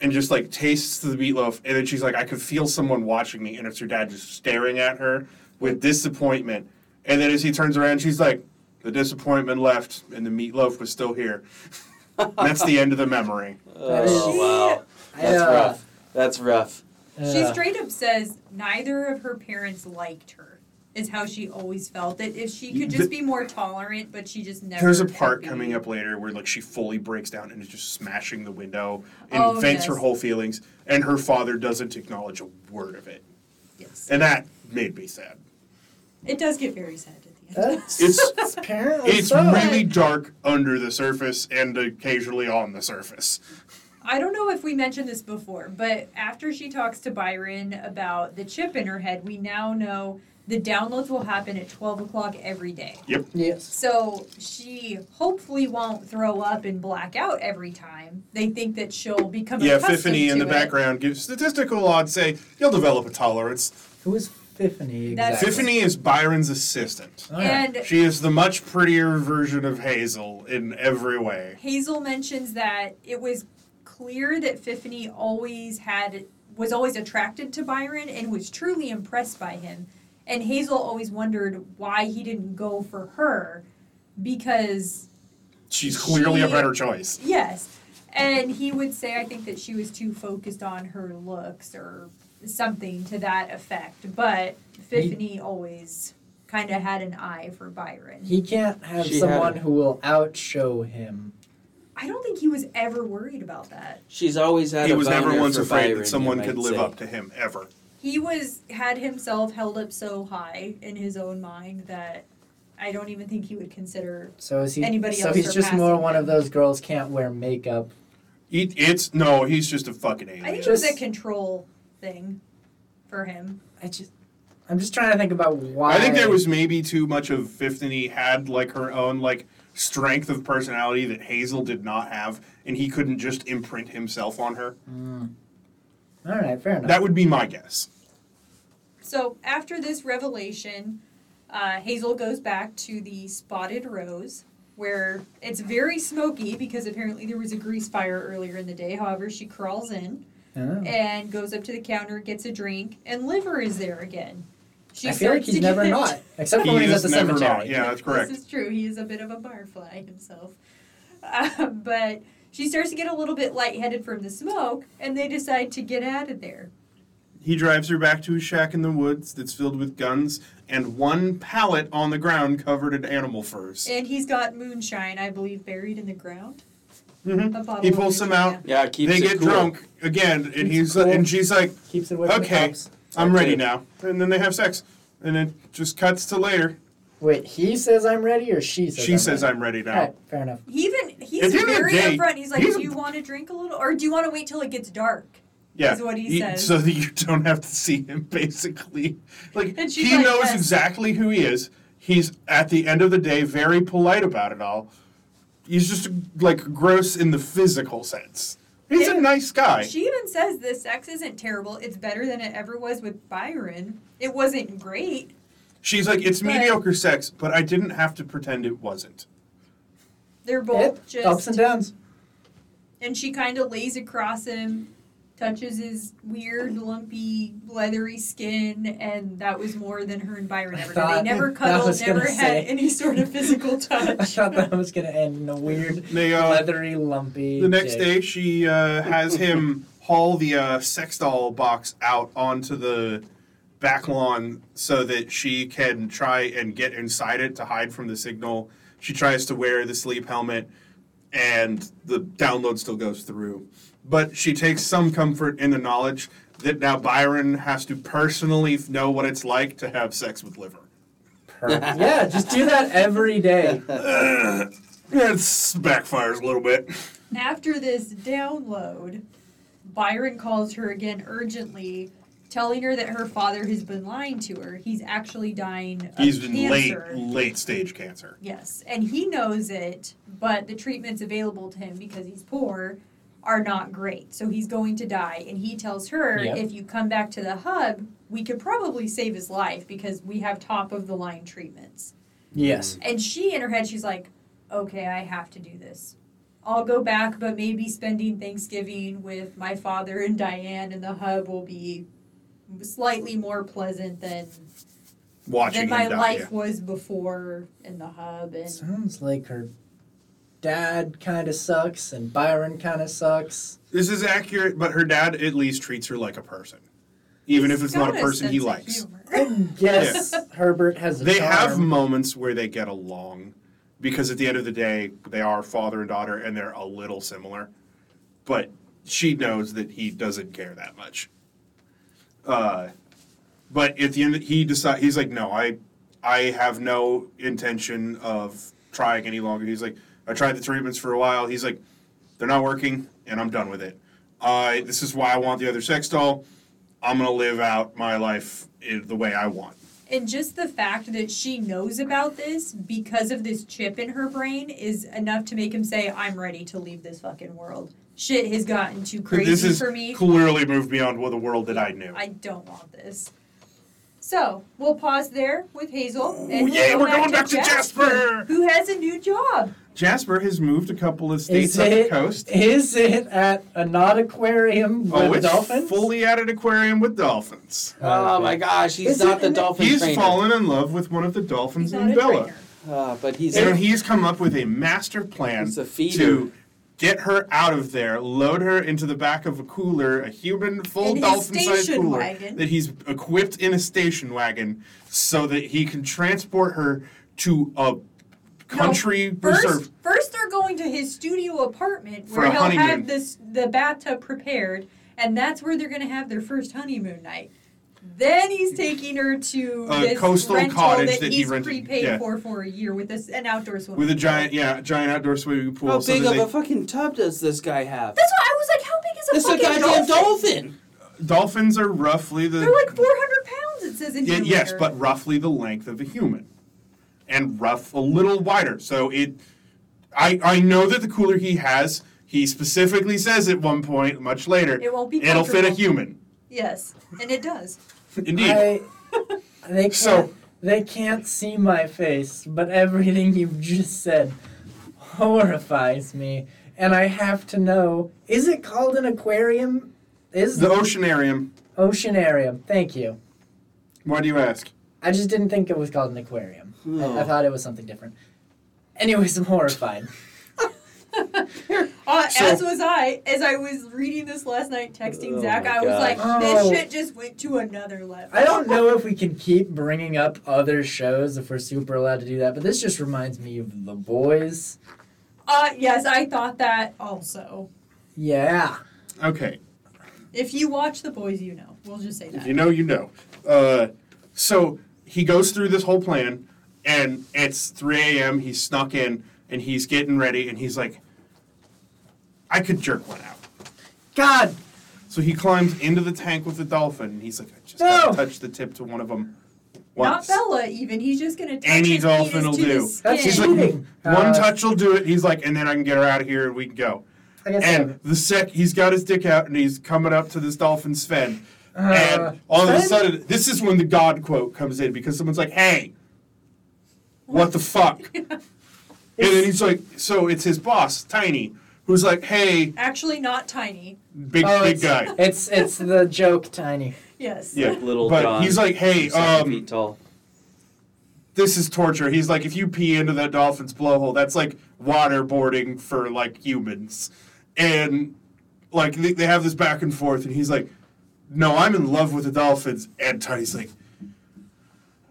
and just like tastes the meatloaf. And then she's like, I could feel someone watching me. And it's her dad just staring at her with disappointment. And then as he turns around, she's like, the disappointment left and the meatloaf was still here. And that's the end of the memory.
That is-
Oh, wow. That's
Yeah.
rough. That's rough.
She
Yeah.
straight up says neither of her parents liked her. Is how she always felt that if she could just be more tolerant, but she just never.
There's a
could
part
be.
coming up later where like she fully breaks down and is just smashing the window and
Oh,
vents her
yes.
whole feelings, and her father doesn't acknowledge a word of it.
Yes.
and that made me sad.
It does get very sad at the end.
That's
It's-
Oh,
apparently
It's
so.
really dark under the surface and occasionally on the surface.
I don't know if we mentioned this before, but after she talks to Byron about the chip in her head, we now know the downloads will happen at 12 o'clock every day.
yes.
So she hopefully won't throw up and black out every time. They think that she'll become
Yeah,
accustomed
Fiffany in
to
the
it.
background gives statistical odds say you'll develop a tolerance.
Who is Fiffany
That's-
exactly? Oh,
Fiffany is Byron's assistant.
All right.
And
She is the much prettier version of Hazel in every way.
Hazel mentions that it was clear that Fiffany always had was always attracted to Byron and was truly impressed by him. And Hazel always wondered why he didn't go for her because
She's clearly a
She-
better choice.
yes. And he would say I think that she was too focused on her looks or something to that effect, but Fiffany always kind of had an eye for Byron.
He can't have
She had
someone
it.
who will outshow him.
I don't think he was ever worried about that.
She's always had.
He
a
was never
boner
once
for
afraid
Byron,
that
you
someone
might
could live
say.
up to him ever.
he was had himself held up so high in his own mind that I don't even think he would consider.
So is he?
Anybody
so
else
he's just more
surpassing
one
him.
of those girls can't wear makeup.
He, it's no, he's just a fucking
I think
alien.
it was a
Just-
control thing for him.
I just, I'm just trying to think about why.
I think there was maybe too much of Fiftany had like her own like strength of personality that Hazel did not have, and he couldn't just imprint himself on her.
Mm. All right, fair enough.
That would be my guess.
So after this revelation, uh, Hazel goes back to the Spotted Rose, where it's very smoky because apparently there was a grease fire earlier in the day. However, she crawls in
Oh.
and goes up to the counter, gets a drink, and Liver is there again. She
I feel like
starts
he's
to
never
get-
not, except
He
for when he's at
is
the
never
cemetery.
not. Yeah, that's correct.
This is true. He is a bit of a barfly himself. Uh, but she starts to get a little bit lightheaded from the smoke, and they decide to get out of there.
He drives her back to his shack in the woods that's filled with guns and one pallet on the ground covered in animal furs.
And he's got moonshine, I believe, buried in the ground.
Mhm.
A bottle
He
of
pulls some
moonshine,
out.
Yeah, it keeps
They
it
get
cool.
drunk again, and
It's
he's like-
cool.
and she's like,
Keeps it away from
Okay.
the cops.
"I'm ready
Okay.
now," and then they have sex, and it just cuts to later.
Wait, he says I'm ready, or she says?
She
I'm
says,
ready?
"I'm ready
All
now."
right, fair enough.
yeah. He even
At
he's
the end of the
very
day,
upfront. He's like,
he's a-
"Do you want to drink a little, or do you want to wait till it gets dark?"
Yeah,
Is what he
you-
says.
so that you don't have to see him. Basically, like
And she's
he
like,
knows
"Yes."
exactly who he is. He's at the end of the day very polite about it all. He's just like gross in the physical sense. He's a
And
nice guy.
She even says the sex isn't terrible. It's better than it ever was with Byron. It wasn't great,
She's like, it's
But-
mediocre sex, but I didn't have to pretend it wasn't.
They're both
Yep,
just
ups and downs.
and she kind of lays across him, touches his weird, lumpy, leathery skin, and that was more than her and Byron ever did. They
Thought-
never
that was
cuddled,
gonna
never had
say.
any sort of physical
I
touch.
thought that was gonna end in a weird,
They uh,
leathery, lumpy.
The next
dick.
day, she uh, has him haul the uh, sex doll box out onto the back lawn so that she can try and get inside it to hide from the signal. She tries to wear the sleep helmet, and the download still goes through. But she takes some comfort in the knowledge that now Byron has to personally know what it's like to have sex with liver.
yeah, just do that every day.
It backfires a little bit.
After this download, Byron calls her again urgently, telling her that her father has been lying to her. He's actually dying of
He's in late,
cancer.
late stage cancer.
Yes, and he knows it, but the treatments available to him because he's poor are not great. So he's going to die. And he tells her,
Yep.
if you come back to the hub, we could probably save his life because we have top of the line treatments.
Yes.
And she, in her head, she's like, okay, I have to do this. I'll go back, but maybe spending Thanksgiving with my father and Diane in the hub will be slightly more pleasant than,
Watching
than my
him die.
life
yeah.
was before in the hub. And
Sounds like her dad kind of sucks and Byron kind of sucks.
This is accurate, but her dad at least treats her like a person, even if it's
Got
not a person he
sense of
likes.
humor.
Yes, Herbert has a
They have
charm.
moments where they get along because at the end of the day, they are father and daughter and they're a little similar, but she knows that he doesn't care that much. Uh, But at the end, he decide he's like, no, I, I have no intention of trying any longer. He's like, I tried the treatments for a while. He's like, they're not working, and I'm done with it. Uh, this is why I want the other sex doll. I'm gonna live out my life in the way I want.
And just the fact that she knows about this because of this chip in her brain is enough to make him say, I'm ready to leave this fucking world. Shit has gotten too crazy
this is
for me.
clearly moved beyond what the world that I knew.
I don't want this. So we'll pause there with Hazel. and we'll
yay,
go
we're going back to Jasper.
Who has a new job?
Jasper has moved a couple of
Is
states up the
it,
coast.
is it at a not aquarium with
Oh, it's
dolphins?
fully at an aquarium with dolphins.
Oh my gosh, he's
Is it
not the
in the-
dolphin
He's
trainer.
fallen in love with one of the dolphins
He's not
named
a
Bella.
trainer.
Uh, but he's
And he's come up with a master plan
He's a feeder.
to get her out of there, load her into the back of a cooler, a human full
In his
dolphin sized
station
cooler
wagon.
that he's equipped in a station wagon so that he can transport her to a country reserve.
First, first they're going to his studio apartment
For
where
a
he'll
honeymoon.
have this the bathtub prepared, and that's where they're going to have their first honeymoon night. Then he's taking her to
A
this
coastal
rental
cottage
that,
that he
he's
rented,
prepaid
yeah.
for for a year with this an outdoor swimming
With a
pool.
giant, yeah, giant outdoor swimming pool.
How
so
big
that
of
they-
a fucking tub does this guy have?
That's why I was like, how big is a
This is a
fucking
goddamn dolphin.
dolphins are roughly the
They're like 400 pounds. It says in
Yeah,
here.
yes,
later.
but roughly the length of a human, and rough a little wider. So it, I I know that the cooler he has, he specifically says at one point, much later,
It won't be
will fit a
comfortable.
human.
yes, and it does.
Indeed,
I, they can't,
So-
they can't see my face, but everything you've just said horrifies me, and I have to know: is it called an aquarium? Is
the oceanarium.
oceanarium? Thank you.
Why do you ask?
I just didn't think it was called an aquarium. I, I
Hmm.
Oh.
thought it was something different. Anyways, I'm horrified.
Uh,
So-
as was I, as I was reading this last night, texting
Oh
Zach.
my
I was like,
gosh.
this
Oh.
shit just went to another level.
I don't know if we can keep bringing up other shows if we're super allowed to do that, but this just reminds me of The Boys.
Uh, yes, I thought that also.
Yeah.
Okay,
If you watch The Boys, you know. We'll just say
if
that.
you know, you know. Uh, so he goes through this whole plan, and it's 3 a.m. He's snuck in, and he's getting ready, and he's like, I could jerk one out.
God,
So he climbs into the tank with the dolphin, and he's like, I just
No.
gotta touch the tip to one of them
Not
once.
Bella, even. He's just going to touch
Any
his
dolphin
penis
will
to the
do.
that's
skin.
He's like,
cheating.
one
Uh,
touch will do it. He's like, and then I can get her out of here and we can go.
I guess
And the sec, he's got his dick out and he's coming up to this dolphin Sven.
uh,
and all of a
Sven?
sudden, this is when the God quote comes in because someone's like, hey, what the fuck? and then he's like, so it's his boss, Tiny, who's like, hey,
Actually, not tiny.
big,
Oh,
big
it's-
guy.
It's it's the joke, Tiny.
Yes.
Yeah.
Little
But
John,
he's like, hey,
seven
um,
feet tall.
this is torture. He's like, if you pee into that dolphin's blowhole, that's like waterboarding for like humans. And like they, they have this back and forth, and he's like, no, I'm in love with the dolphins. And Tiny's like,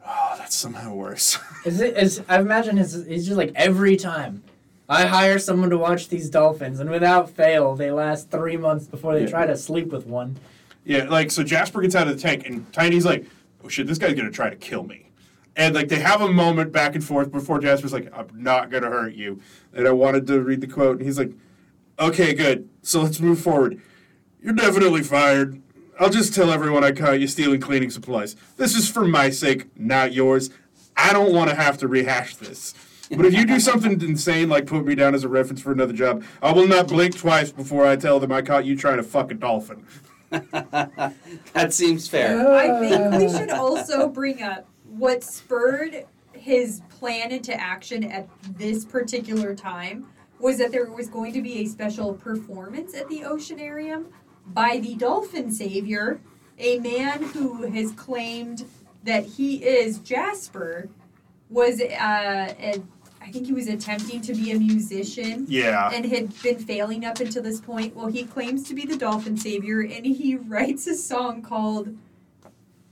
oh, that's somehow worse.
Is it? Is I imagine it's it's just like every time. I hire someone to watch these dolphins, and without fail, they last three months before they
Yeah.
try to sleep with one.
yeah, like so Jasper gets out of the tank, and Tiny's like, oh shit, this guy's gonna try to kill me. And like they have a moment back and forth before Jasper's like, I'm not gonna hurt you. And I wanted to read the quote, and he's like, Okay, good. So let's move forward. You're definitely fired. I'll just tell everyone I caught you stealing cleaning supplies. This is for my sake, not yours. I don't want to have to rehash this. But if you do something insane like put me down as a reference for another job, I will not blink twice before I tell them I caught you trying to fuck a dolphin.
That seems fair.
I think we should also bring up what spurred his plan into action at this particular time was that there was going to be a special performance at the Oceanarium by the dolphin savior, a man who has claimed that he is Jasper, was uh, a, I think he was attempting to be a musician
Yeah.
and had been failing up until this point. Well, he claims to be the dolphin savior, and he writes a song called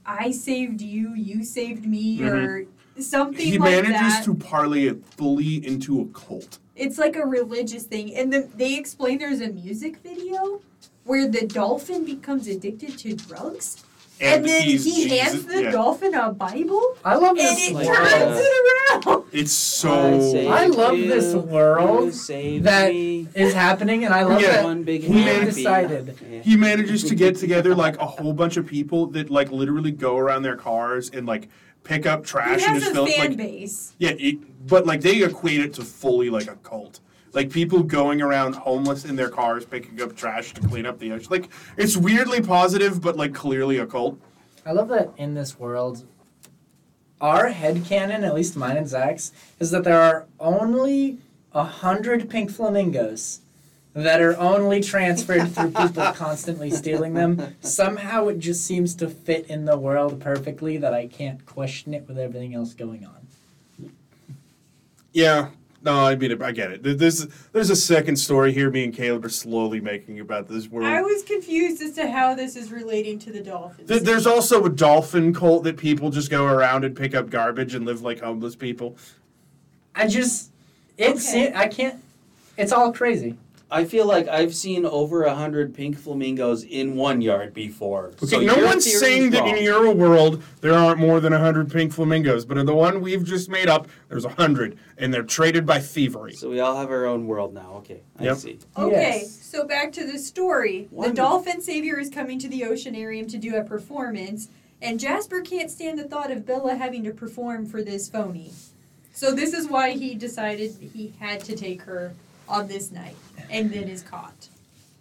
"I Saved You, You Saved Me" or something
Mm-hmm. He
like
manages
that.
to parlay it fully into a cult.
it's like a religious thing, and the, they explain there's a music video where the dolphin becomes addicted to drugs. And, then he
he's
hands
Jesus.
the
yeah.
dolphin a Bible,
I love
and
this.
it
like,
world.
turns it around.
It's
I
so.
say
I love
you,
this world
you saved
that-
me.
Is happening, and I love
Yeah.
that
one big
we
happy.
decided.
Yeah.
He manages to get together like a whole bunch of people that like literally go around their cars and like pick up trash
He
and
has
just
a
fill it,
fan
like
base.
Yeah, it, but like they equate it to fully like a cult. Like people going around homeless in their cars picking up trash to clean up the ocean. Like it's weirdly positive, but like clearly a cult.
I love that in this world, our headcanon, at least mine and Zach's, is that there are only a hundred pink flamingos that are only transferred through people constantly stealing them. Somehow it just seems to fit in the world perfectly that I can't question it with everything else going on.
Yeah. No, I mean, I get it. There- There's there's a second story here. Me and Caleb are slowly making about this world.
I was confused as to how this is relating to the dolphins.
Th- there's also a dolphin cult that people just go around and pick up garbage and live like homeless people.
I just, it's,
Okay.
I can't, it's all crazy.
I feel like I've seen over a hundred pink flamingos in one yard before. so
Okay, no
your
one's
theory's
saying that
wrong.
in your world there aren't more than 100 pink flamingos, but in the one we've just made up, there's 100, and they're traded by thievery.
So we all have our own world now. Okay, I
Yep.
see.
Okay,
Yes.
so back to the story. The
Wonderful.
dolphin savior is coming to the oceanarium to do a performance, and Jasper can't stand the thought of Bella having to perform for this phony. So this is why he decided he had to take her on this night, and then is caught,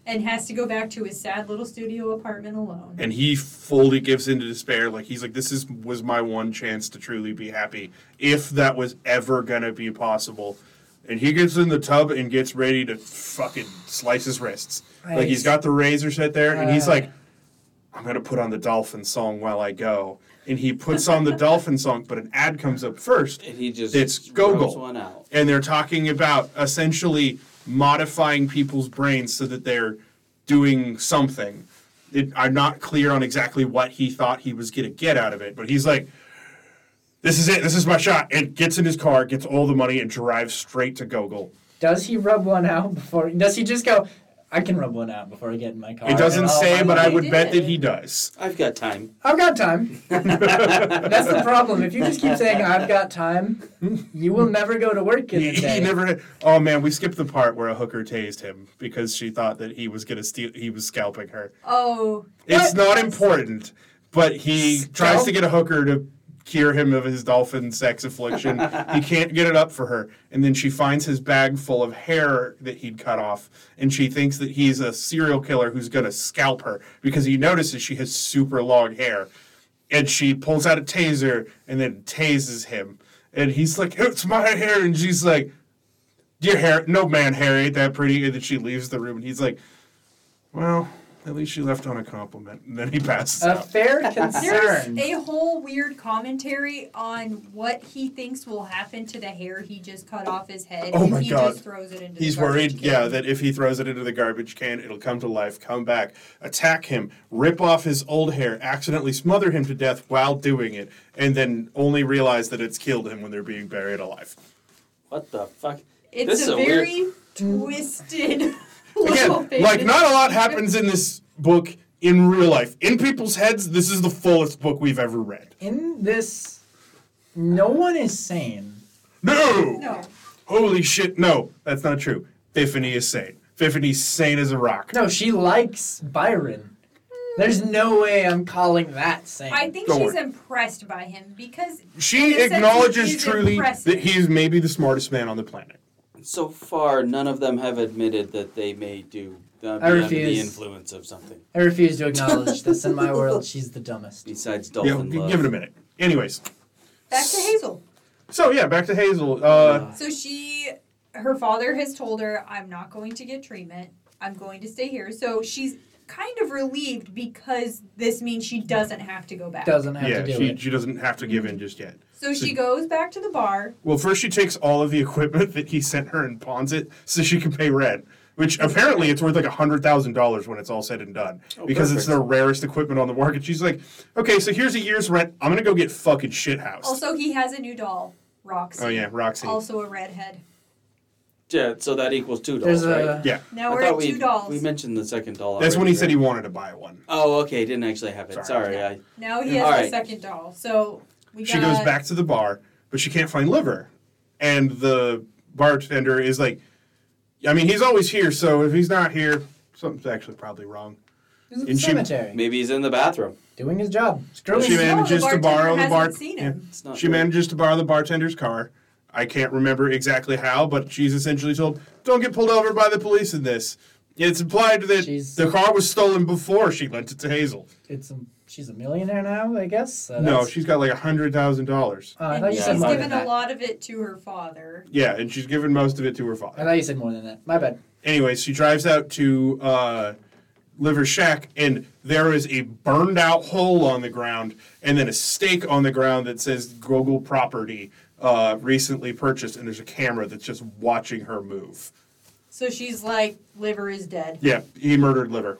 and has to go back to his sad little studio apartment alone.
And he fully gives into despair. Like, he's like, this is was my one chance to truly be happy, if that was ever going to be possible. And he gets in the tub and gets ready to fucking slice his wrists. Like, he's got the razor set there, and he's
Uh.
like, I'm going to put on the dolphin song while I go. And he puts on the dolphin song, but an ad comes up first.
And he just
It's
rubs
Gogol.
one out.
and they're talking about essentially modifying people's brains so that they're doing something. It, I'm not clear on exactly what he thought he was going to get out of it, but he's like, "This is it. This is my shot." And gets in his car, gets all the money, and drives straight to Gogol.
Does he rub one out before, does he just go, I can rub one out before I get in my car?
It doesn't
and all
say,
my
but Oh, I
money?"
would bet
did.
that he does.
I've got time.
I've got time. That's the problem. If you just keep saying I've got time, you will never go to work in
He,
a
he
day.
never. Oh man, we skipped the part where a hooker tased him because she thought that he was going to steal. He was scalping her.
Oh,
It's
What?
not important, but he
Scalp?
tries to get a hooker to cure him of his dolphin sex affliction. he can't get it up for her. And then she finds his bag full of hair that he'd cut off, and she thinks that he's a serial killer who's going to scalp her because he notices she has super long hair. And she pulls out a taser and then tases him. And he's like, It's my hair. And she's like, Your hair, no man hair ain't that pretty. And then she leaves the room, and he's like, well, at least she left on a compliment. And then he passes
a
out.
fair
There's
concern.
a whole weird commentary on what he thinks will happen to the hair he just cut off his head
Oh
if
my
he
God.
just throws it into the
He's
garbage
worried,
can.
yeah, that if he throws it into the garbage can, it'll come to life, come back, attack him, rip off his old hair, accidentally smother him to death while doing it, and then only realize that it's killed him when they're being buried alive.
What the fuck?
It's
This is
a,
a weird-
very twisted little
Again,
thing.
like, not a lot happens in this book in real life. In people's heads, this is the fullest book we've ever read.
in this, no one is sane.
No!
No,
Holy shit, no, that's not true. Tiffany is sane. Tiffany's sane as a rock.
No, she likes Byron. There's no way I'm calling that sane.
I think
Don't
she's
worry.
impressed by him because
She
In a sense,
acknowledges
he is
truly
impressive.
that he's maybe the smartest man on the planet.
So far, none of them have admitted that they may do uh, be
I
under the
refuse.
influence of something
I refuse to acknowledge this. In my world, she's the dumbest.
besides
Yeah,
dolphin
g-
love.
give it a minute. Anyways,
back to Hazel.
so yeah, back to Hazel. Uh,
Uh,
So she, her father has told her, "I'm not going to get treatment. I'm going to stay here." So she's kind of relieved because this means she doesn't have to go back.
Doesn't have
yeah,
to do
she,
it.
she doesn't have to give in just yet.
So she goes back to the bar.
Well, first she takes all of the equipment that he sent her and pawns it so she can pay rent, which apparently it's worth like hundred thousand dollars when it's all said and done
Oh,
because it's
perfect.
the rarest equipment on the market. She's like, okay, so here's a year's rent. I'm gonna go get fucking shit house.
Also, he has a new doll, Roxy.
oh yeah, Roxy.
Also a redhead.
Yeah, so that equals two
There's
dollars,
a
right?
Now
I
we're
thought
at
we,
two dollars.
We mentioned the second dollar.
That's when he
already,
said he
right?
wanted to buy one.
Oh, okay. Didn't actually have it.
Sorry.
Sorry. I,
now he
Yeah.
has
All
the
right.
second doll. So we got
She goes back to the bar, but she can't find liver. And the bartender is like, I mean, he's always here, so if he's not here, something's actually probably wrong.
He's at the
And she-
cemetery,
maybe he's in the bathroom.
doing his job. Screwing
she
his-
man-
manages to borrow the
bartender
bar.
hasn't seen him.
It's not
She
good.
manages to borrow the bartender's car. I can't remember exactly how, but she's essentially told, "Don't get pulled over by the police in this." It's implied that
She's-
the car was stolen before she lent it to Hazel.
It's a, she's a millionaire now, I guess. So
no,
that's-
she's got like a hundred thousand dollars.
Oh, I
and
thought you
Yeah,
said
she's
more
given
than
a
that.
lot of it to her father.
Yeah, and she's given most of it to her father.
I thought you said more than that. My bad.
Anyways, she drives out to uh, Liver Shack, and there is a burned out hole on the ground, and then a stake on the ground that says Google property uh, recently purchased, and there's a camera that's just watching her move.
So she's like, liver is dead.
Yeah, he murdered Liver.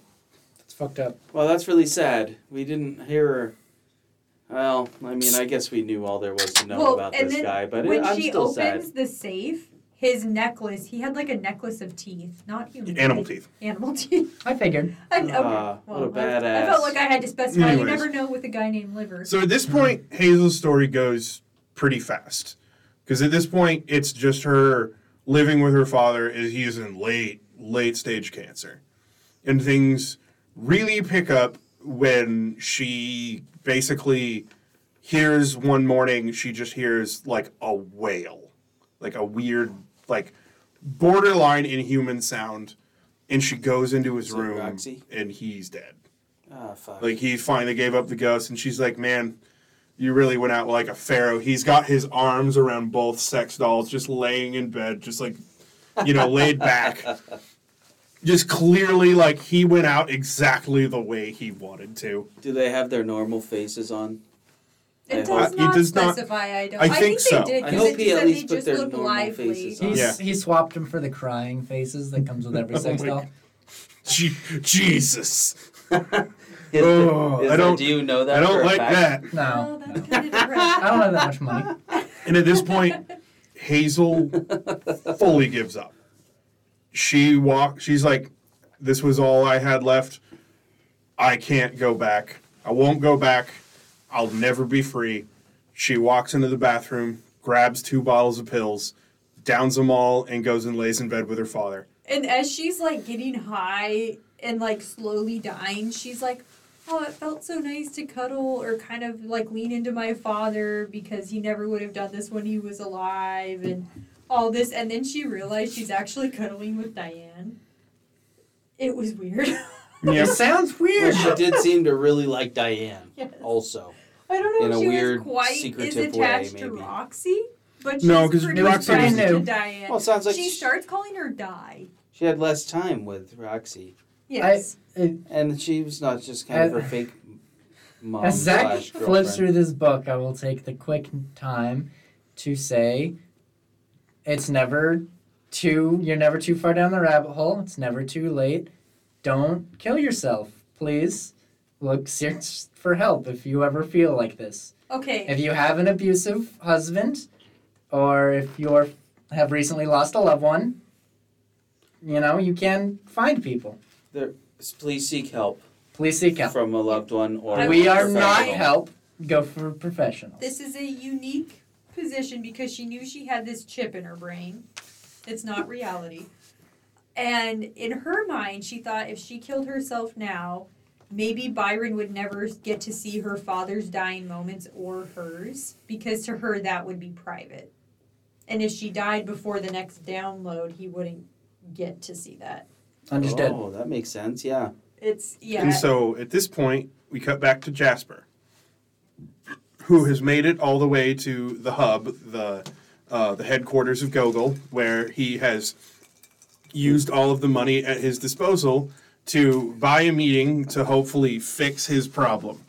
It's fucked up.
Well, that's really sad. We didn't hear her. Well, I mean, I guess we knew all there was to know
Well,
about
and
this
then
guy, but
when
it, I'm
she
still
opens
sad.
the safe, his necklace, he had like a necklace of teeth, not human.
Animal
teeth.
teeth.
Animal teeth.
I figured.
I know.
Ah,
well,
what a
I- I,
badass.
felt like I had to specify. You
Anyways.
never know with a guy named Liver.
So at this point, Hazel's story goes pretty fast. Because at this point, it's just her living with her father. Is He's in late, late stage cancer. And things really pick up when she basically hears one morning, she just hears like a wail, like a weird, like borderline inhuman sound. And she goes into his
Is it
room
Roxy?
and he's dead.
Ah, fuck.
Like he finally gave up the ghost, and she's like, "Man, you really went out like a pharaoh." He's got his arms around both sex dolls, just laying in bed, just like, you know, laid back. Just clearly, like he went out exactly the way he wanted to.
Do they have their normal faces
Oh,
on?
it
I-
does
he
not
does not-
specify. I don't.
I
I think
think so.
they did
uh, I
because
hope
it
he
said
at least
they
put
just
their
looked
normal
lively.
faces on.
He's,
Yeah. Oh
He swapped him for the crying faces that comes with every sex
my
doll.
Je- Jesus,
Is
Oh,
is
I don't-
do you know that?
I
for
don't
a
like
fact?
that.
No.
Oh, that's kind of depressing.
I don't have that much money.
And at this point, Hazel fully gives up. She walk. She's like, "This was all I had left. I can't go back. I won't go back. I'll never be free." She walks into the bathroom, grabs two bottles of pills, downs them all, and goes and lays in bed with her father.
And as she's like getting high and like slowly dying, she's like, Oh, it felt so nice to cuddle or kind of like lean into my father because he never would have done this when he was alive and all this. And then she realized she's actually cuddling with Diane. It was weird.
It sounds
Well,
weird.
she did seem to really like Diane.
Yes.
Also,
I don't know
In
if
a
she
weird,
was quite is
secretive way,
attached to
maybe.
Roxy, but she's
No, 'cause
pretty
Roxy
was-
attached to
Well,
Diane.
well, it sounds like
she
she,
starts calling her Di.
she had less time with Roxy,
Yes.
and she was not just kind of
Uh,
her fake mom
As Zach
slash
flips
girlfriend.
through this book, I will take the quick time to say it's never too you're never too far down the rabbit hole. It's never too late. Don't kill yourself, please. Look search for help if you ever feel like this.
okay.
If you have an abusive husband or if you're have recently lost a loved one, you know, you can find people.
Please seek help
Please seek help.
from a loved one or
I
We
will
are not
say-
help. Go for professionals.
This is a unique position because she knew she had this chip in her brain. It's not reality. And in her mind, she thought if she killed herself now, maybe Byron would never get to see her father's dying moments or hers because to her that would be private. And if she died before the next download, he wouldn't get to see that.
Understood.
Oh, that makes sense. Yeah.
It's yeah.
And so at this point, we cut back to Jasper, who has made it all the way to the hub, the uh, the headquarters of Gogol, where he has used all of the money at his disposal to buy a meeting to hopefully fix his problem.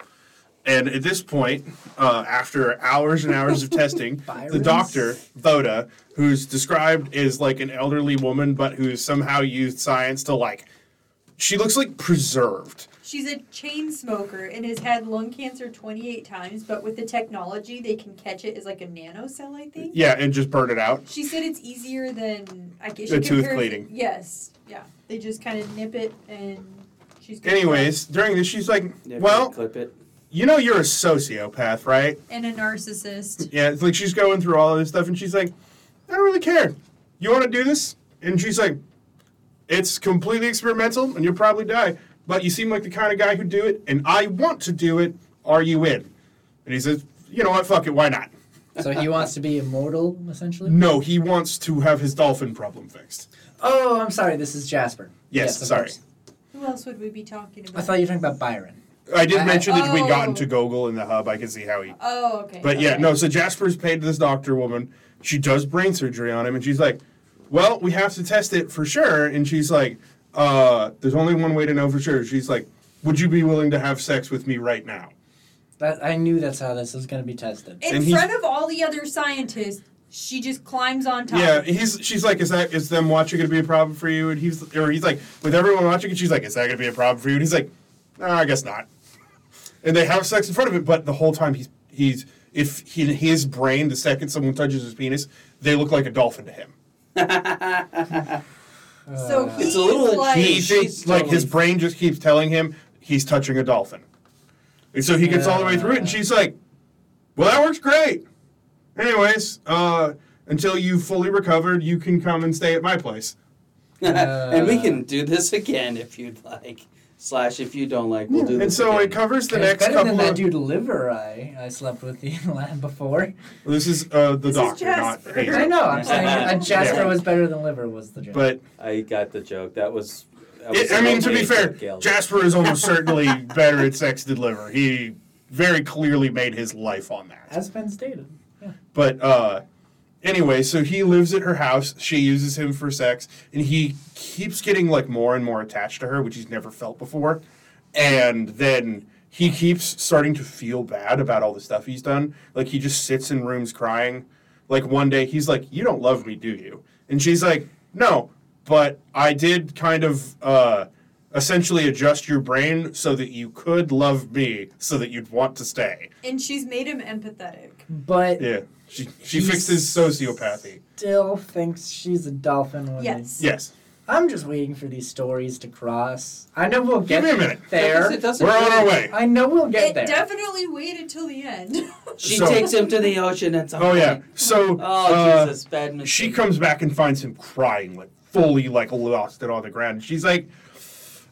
And at this point, uh, after hours and hours of testing, the
Byron's?
doctor, Voda, who's described as like an elderly woman, but who's somehow used science to like she looks like preserved.
She's a chain smoker and has had lung cancer 28 times, but with the technology, they can catch it as like a nanocell, I think.
Yeah, and just burn it out.
She said it's easier than I guess
The
she
tooth
compared-
cleaning.
Yes, yeah. They just kind of nip it and she's. good to go.
Anyways, during this, she's like,
Never
"Well,
clip it.
you know, you're a sociopath, right?"
and a narcissist.
Yeah, it's like she's going through all of this stuff, and she's like, "I don't really care. You want to do this?" And she's like, "It's completely experimental, and you'll probably die. But you seem like the kind of guy who'd do it, and I want to do it. Are you in?" And he says, "You know what? Fuck it. Why not?" Oh.
So he wants to be immortal, essentially.
No, he wants to have his dolphin problem fixed.
Oh, I'm sorry. This is Jasper.
Yes,
of
sorry.
course.
Who else would we be talking about?
I thought you were talking about Byron.
I did mention that we'd
Oh.
gotten to Gogol in the hub. I can see how he.
oh, okay.
But yeah,
okay.
no. So Jasper's paid this doctor woman. She does brain surgery on him, and she's like, "Well, we have to test it for sure." And she's like, uh, "There's only one way to know for sure." She's like, "Would you be willing to have sex with me right now?"
That I knew that's how this was going to be tested.
In
and he-
front of all the other scientists, she just climbs on top.
Yeah, he's. She's like, "Is that is them watching going to be a problem for you?" And he's or he's like, "With everyone watching," and she's like, "Is that going to be a problem for you?" And he's like, "No, I guess not." And they have sex in front of it, but the whole time he's he's if he, in his brain, the second someone touches his penis, they look like a dolphin to him.
So
Uh,
he's
It's a little
like,
he
She's
thinks like
totally-
his brain just keeps telling him he's touching a dolphin. And so he gets all the way through it, and she's like, "Well, that works great." Anyways, uh, until you fully recovered, you can come and stay at my place.
and we can do this again if you'd like. Slash, if you don't like, we'll do
and
this.
so
again.
it covers the
it's
next
better than
couple
that
of.
dude Liver I, I slept with the lab before.
This is uh, the
This is
doctor, not
Jasper.
Hazel.
I know. I'm saying uh, Jasper
Yeah.
was better than Liver was the joke.
But
I got the joke. That was. That was
it, I mean, to be
amazing,
fair,
Gail.
Jasper is almost certainly better at sex than liver. He very clearly made his life on that.
as been stated.
But uh, anyway, so he lives at her house. She uses him for sex, and he keeps getting like more and more attached to her, which he's never felt before. And then he keeps starting to feel bad about all the stuff he's done. Like he just sits in rooms crying. Like one day he's like, "You don't love me, do you?" And she's like, "No, but I did kind of." Uh, Essentially, adjust your brain so that you could love me, so that you'd want to stay.
and she's made him empathetic.
But
Yeah, she she
He's-
fixed his sociopathy.
still thinks she's a dolphin woman.
Yes.
Yes.
I'm just waiting for these stories to cross. I know we'll get
Give me a minute.
there.
Because it doesn't
We're on our
really-
way.
I know we'll get
it
there.
definitely waited till the end.
She
So-
takes him to the ocean at some
Oh
point.
yeah. So
Oh
uh,
Jesus, bad mistake.
she comes back and finds him crying, like fully like lost it on the ground. She's like,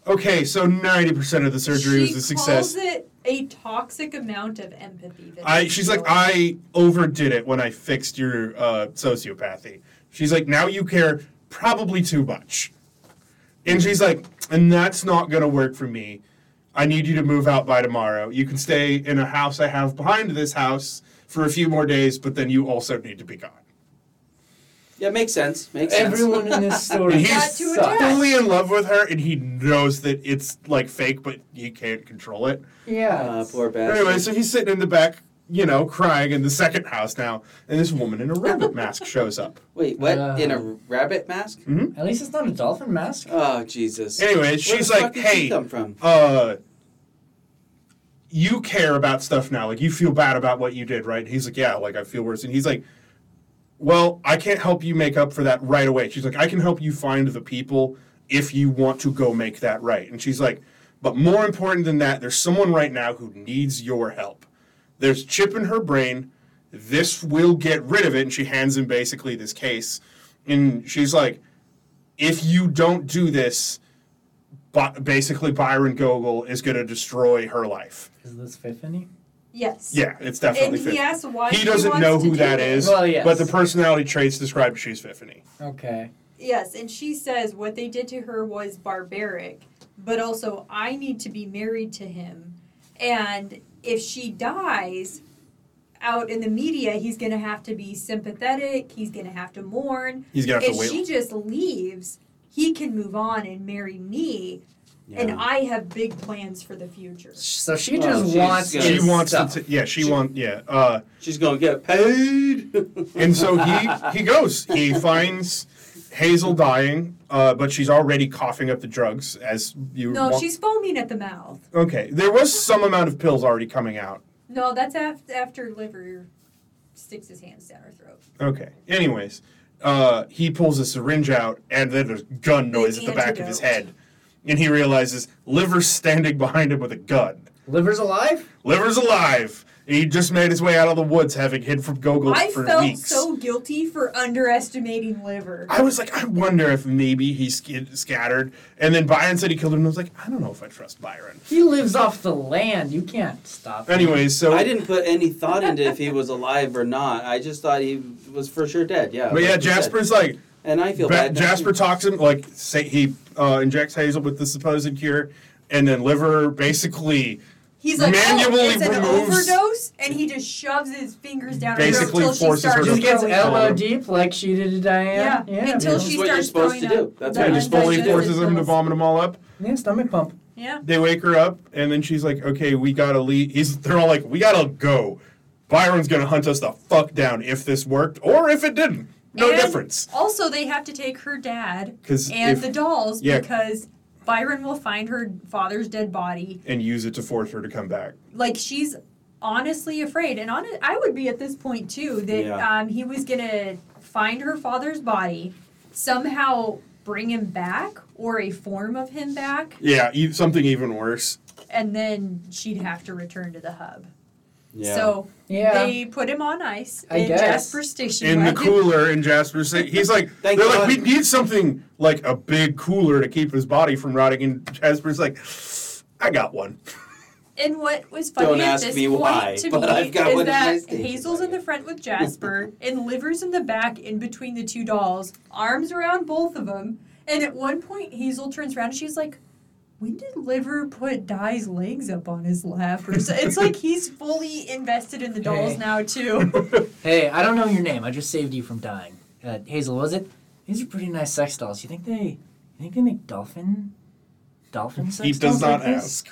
Okay, so ninety percent of the surgery
she
was a success.
calls it a toxic amount of empathy. That
I
he's
she's like,
feeling.
I overdid it when I fixed your uh, sociopathy. She's like, now you care probably too much. And she's like, and that's not gonna work for me. I need you to move out by tomorrow. You can stay in a house I have behind this house for a few more days, but then you also need to be gone.
Yeah, makes sense. Makes sense.
Everyone in this story
And
Got
he's
to
sucks.
attack.
fully in love with her, and he knows that it's like fake, but he can't control it.
Yeah.
Uh,
it's-
poor bastard.
Anyway, so he's sitting in the back, you know, crying in the second house now, and this woman in a rabbit mask shows up.
Wait, what?
Uh.
in a rabbit mask?
At least it's not a dolphin mask.
Oh Jesus.
Mm-hmm. Anyway,
Where
she's
the fuck
like,
did she
"Hey,
come from?"
uh, you care about stuff now. Like you feel bad about what you did, right?" And he's like, "Yeah, like I feel worse." And he's like, "Well, I can't help you make up for that right away." She's like, "I can help you find the people if you want to go make that right." And she's like, "But more important than that, there's someone right now who needs your help. There's chip in her brain. This will get rid of it." And she hands him basically this case, and she's like, "If you don't do this." But basically Byron Gogol is going to destroy her life.
Is this Fiffany?
yes.
Yeah, it's
And
definitely
he
Fiffany.
asks why
He
she
doesn't
wants
know
to
who
do
that
this.
is,
Well, yes.
but the personality traits describe she's Fiffany.
Okay.
Yes, and she says what they did to her was barbaric, but also I need to be married to him. And if she dies out in the media, he's going to have to be sympathetic, he's going to have to mourn.
He's going to have
If
to wait.
she just leaves, he can move on and marry me, and
Yeah.
I have big plans for the future.
So she
Oh,
just
she's
wants.
good.
she
his
wants
stuff.
to, t- yeah, she, wants, yeah. Uh,
She's gonna get paid.
and so he he goes. He finds Hazel dying, uh, but she's already coughing up the drugs as you.
No,
wa-
she's foaming at the mouth.
okay. There was some amount of pills already coming out.
No, that's af- after liver sticks his hands down her throat.
Okay. Anyways, uh, he pulls a syringe out, and then there's gun noise at the back of his head, and he realizes Liver's standing behind him with a gun.
Liver's alive?
Liver's alive. He just made his way out of the woods, having hid from Gogol
I
for
felt
weeks.
so guilty for underestimating liver.
I was like, I wonder if maybe he skid, scattered, and then Byron said he killed him. And I was like, I don't know if I trust Byron.
He lives off the land. You can't stop him.
Anyways, so
I didn't put any thought into if he was alive or not. I just thought he was for sure dead. Yeah.
But
like
yeah,
you said.
Jasper's like
And I feel
Ba-
bad. now,
Jasper
too.
talks him like say he uh, injects Hazel with the supposed cure, and then Liver basically
He's like,
Manually
oh, it's an
removes-
overdose, and he just shoves his fingers down
Basically
her throat till she
forces her
starts
to-
Just gets
throwing
Yeah.
up.
elbow deep like she did to
Yeah,
Diane.
until
man.
This
she
is what you're
starts
supposed to
throwing
do. That's
the
what
and
you're
just fully
undigested
undigested
forces him to
pills.
vomit them all up.
Yeah, stomach pump.
Yeah,
They wake her up, and then she's like, "Okay, we gotta leave." He's they're all like, "We gotta go." Byron's gonna hunt us the fuck down if this worked or if it didn't. No
And-
difference.
Also, they have to take her dad
'Cause
and
if-
the dolls
yeah.
because Byron will find her father's dead body.
And use it to force her to come back.
Like she's honestly afraid, and on I would be at this point too that
Yeah.
um, he was gonna find her father's body, somehow bring him back or a form of him back,
Yeah, e- something even worse.
and then she'd have to return to the hub.
Yeah.
So
Yeah.
they put him on ice
I
in
guess.
Jasper's station
in the
wagon.
cooler in Jasper's city. He's like,
Thank
they're like,
God.
we need something like a big cooler to keep his body from rotting. And Jasper's like, I got one.
And what was funny
Don't
at
ask
this
me
point
why,
to
but
me
I've got
is
one in my
that
station
Hazel's in
wagon.
the front with Jasper, and Liver's in the back in between the two dolls, arms around both of them. And at one point, Hazel turns around and she's like, when did Liver put Di's legs up on his lap? Or so? It's like he's fully invested in the dolls
Hey.
now, too.
Hey, I don't know your name. I just saved you from dying. Uh, Hazel, was it? These are pretty nice sex dolls. You think they? You think they make dolphin? Dolphin sex
He does
dolls like
not
this?
ask.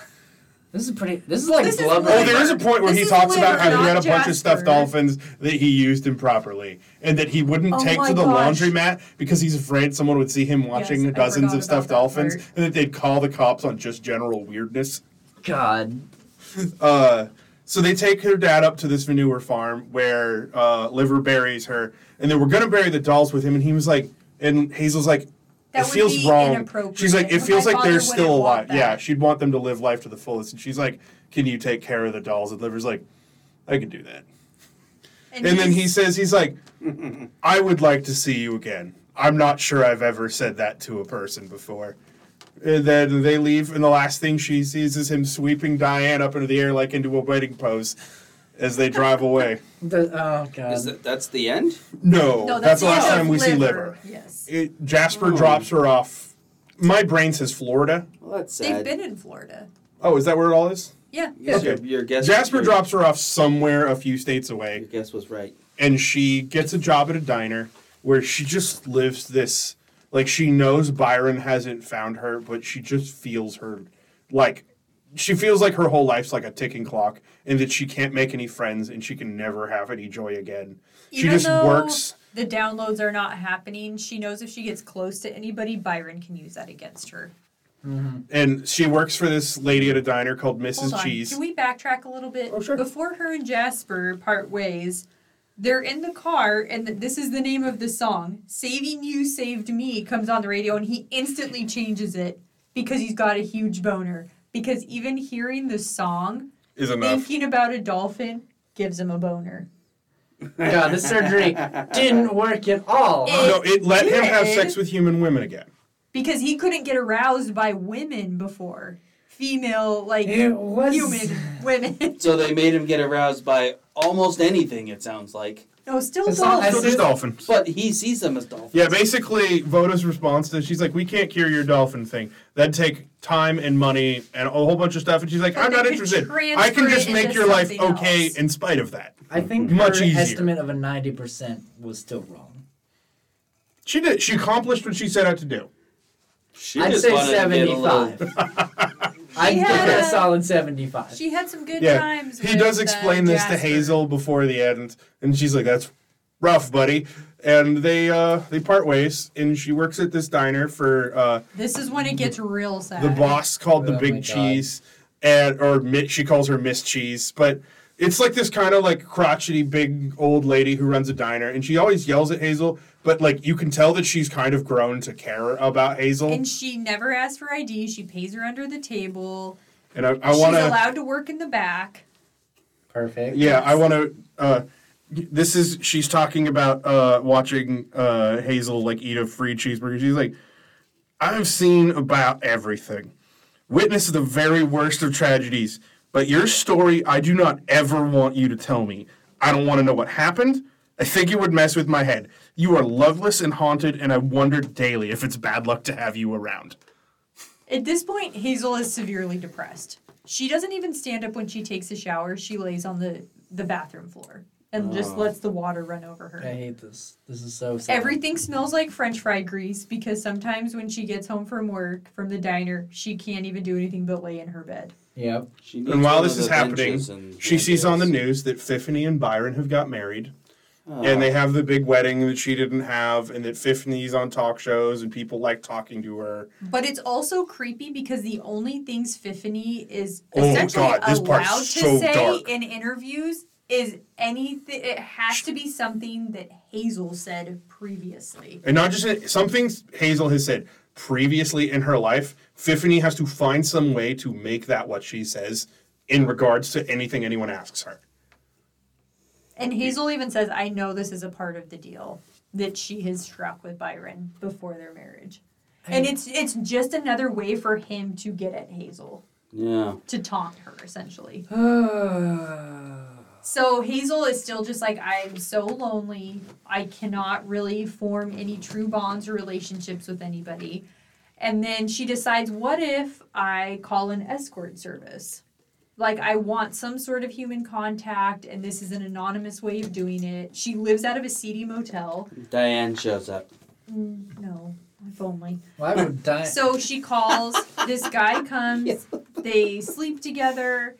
This is pretty. This is like
This is
blubber.
Oh, there is a point where
This
he
is
talks about how
Liver,
he had a
not
bunch of stuffed
Jasper.
dolphins that he used improperly and that he wouldn't
Oh
take
my
to the
gosh.
laundromat because he's afraid someone would see him watching
Yes, I
dozens
forgot
of stuffed
about that
dolphins
part.
and that they'd call the cops on just general weirdness.
God.
Uh, so they take her dad up to this manure farm where uh, Liver buries her, and they were gonna bury the dolls with him, and he was like, and Hazel's like,
That
it
would
feels
be
wrong.
inappropriate.
She's like, it
My
feels like
father
they're
wouldn't
still alive.
want
Yeah,
that.
she'd want them to live life to the fullest, and she's like, can you take care of the dolls? And Liver's like, I can do that. And then
he's-
he says, he's like, I would like to see you again. I'm not sure I've ever said that to a person before. And then they leave, and the last thing she sees is him sweeping Diane up into the air like into a wedding pose as they drive away.
The- oh God.
Is that, that's the end?
No,
No,
that's, the
end
last
of
time we see Liver.
Yes.
It, Jasper
Oh.
drops her off. My brain says Florida.
Well, that's
They've
sad.
been in Florida.
Oh, is that where it all is?
Yeah.
You guys
Okay.
are- your guess.
Jasper
your-
drops her off somewhere a few states
Your
away,
guess was right.
and she gets a job at a diner where she just lives this. Like, she knows Byron hasn't found her, but she just feels her, like, she feels like her whole life's like a ticking clock, and that she can't make any friends and she can never have any joy again. she
Even
just
though
works.
The downloads are not happening. She knows if she gets close to anybody, Byron can use that against her.
and she works for this lady at a diner called
Hold
Mrs.
on.
Cheese.
Can we backtrack a little bit?
Oh, sure.
Before her and Jasper part ways, they're in the car, and th- this is the name of the song Saving You Saved Me comes on the radio, and he instantly changes it because he's got a huge boner. Because even hearing the song,
Is enough.
thinking about a dolphin, gives him a boner.
God, this surgery didn't work at all.
It-
No, it let him have
Good.
sex with human women again.
Because he couldn't get aroused by women before. Female, like
It was
human women.
So they made him get aroused by almost anything. It sounds like,
no, still
As long
dolphins.
as
So just dolphins.
but he sees them as dolphins.
Yeah, basically, Voda's response to she's like, "We can't cure your dolphin thing. That'd take time and money and a whole bunch of stuff." And she's like,
But
"I'm
they
not
could
interested. I
transfer
can just
it
make
into
your life
something
okay
else."
in spite of that."
I think
Much
her
easier.
estimate of a ninety percent was still wrong.
She did. She accomplished what she set out to do.
She
I'd
just
say
wanted to get a little-
seventy-five. I'd
She
give it
had
a
a-
solid seventy-five.
She had some good
Yeah,
times.
He
with,
does
uh,
explain this to
Jasper.
Hazel before the end, and she's like, "That's rough, buddy." And they uh, they part ways, and she works at this diner for uh,
This is when it gets real sad.
the boss called the
Oh my
Big
God.
Cheese, and or Mi- she calls her Miss Cheese, but it's like this kind of like crotchety big old lady who runs a diner, and she always yells at Hazel, but like you can tell that she's kind of grown to care about Hazel,
And
and,
she never asks for ID. She pays her under the table.
I, I
She's
want to.
allowed to work in the back.
Perfect.
Yeah, I want to. Uh, this is she's talking about uh, watching uh, Hazel like eat a free cheeseburger. She's like, I've seen about everything, witnessed the very worst of tragedies, but your story, I do not ever want you to tell me. I don't want to know what happened. I think it would mess with my head. You are loveless and haunted, and I wonder daily if it's bad luck to have you around.
At this point, Hazel is severely depressed. She doesn't even stand up when she takes a shower. She lays on the, the bathroom floor and just lets the water run over her.
I hate this. This is so sad.
Everything smells like french fry grease because sometimes when she gets home from work from the diner, she can't even do anything but lay in her bed.
Yep.
She
And while
one
this
of the
is happening,
benches and
she sees on the
windows.
news that Tiffany and Byron have got married.
Oh.
and they have the big wedding that she didn't have, and that Tiffany's on talk shows, and people like talking to her.
But it's also creepy because the only things Fiffany is
Oh,
essentially
God, this
allowed
part's
to
so
say
dark.
in interviews is anything. It has to be something that Hazel said previously.
And not just something Hazel has said previously in her life, Tiffany has to find some way to make that what she says in regards to anything anyone asks her.
And Hazel even says, I know this is a part of the deal that she has struck with Byron before their marriage. And it's it's just another way for him to get at Hazel,
Yeah.
to taunt her essentially.
That's
So Hazel is still just like, I'm so lonely. I cannot really form any true bonds or relationships with anybody. And then she decides, what if I call an escort service? Like, I want some sort of human contact, and this is an anonymous way of doing it. She lives out of a seedy motel.
Diane shows up.
Mm, no, if only.
Why would die?
So she calls, this guy comes, they sleep together.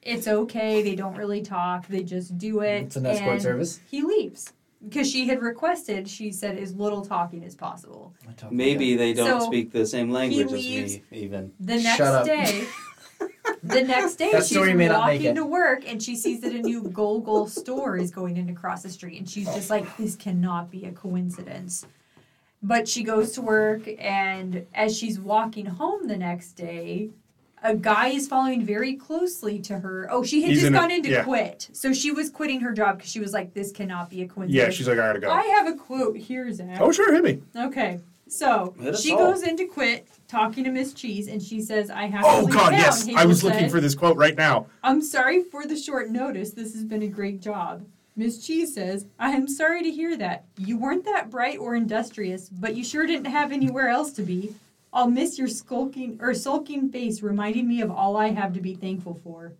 It's okay. They don't really talk. They just do it.
it's an escort
and
service.
He leaves because she had requested. She said as little talking as possible.
I don't
Maybe they don't
So,
speak the same language as
leaves-
me, even.
The
Shut
next
up.
day, the next day,
That
she's
story may not make
walking
it.
to work and she sees that a new Gogol store is going in across the street, and she's just like, "This cannot be a coincidence." But she goes to work, and as she's walking home the next day, a guy is following very closely to her. Oh, she had
He's
just
in a-
gone in to
yeah.
quit, so she was quitting her job because she was like, "This cannot be a coincidence."
Yeah, she's like, I gotta
I
go.
have a quote here, Zach.
Oh, sure, hit me.
Okay. So
Let us
she
all.
goes in to quit talking to Miss Cheese and she says, I have to
Oh,
leave
God,
town,"
yes. I
Hazel
was looking
said.
for this quote right now.
I'm sorry for the short notice. This has been a great job. Miss Cheese says, I am sorry to hear that. You weren't that bright or industrious, but you sure didn't have anywhere else to be. I'll miss your skulking or sulking face reminding me of all I have to be thankful for.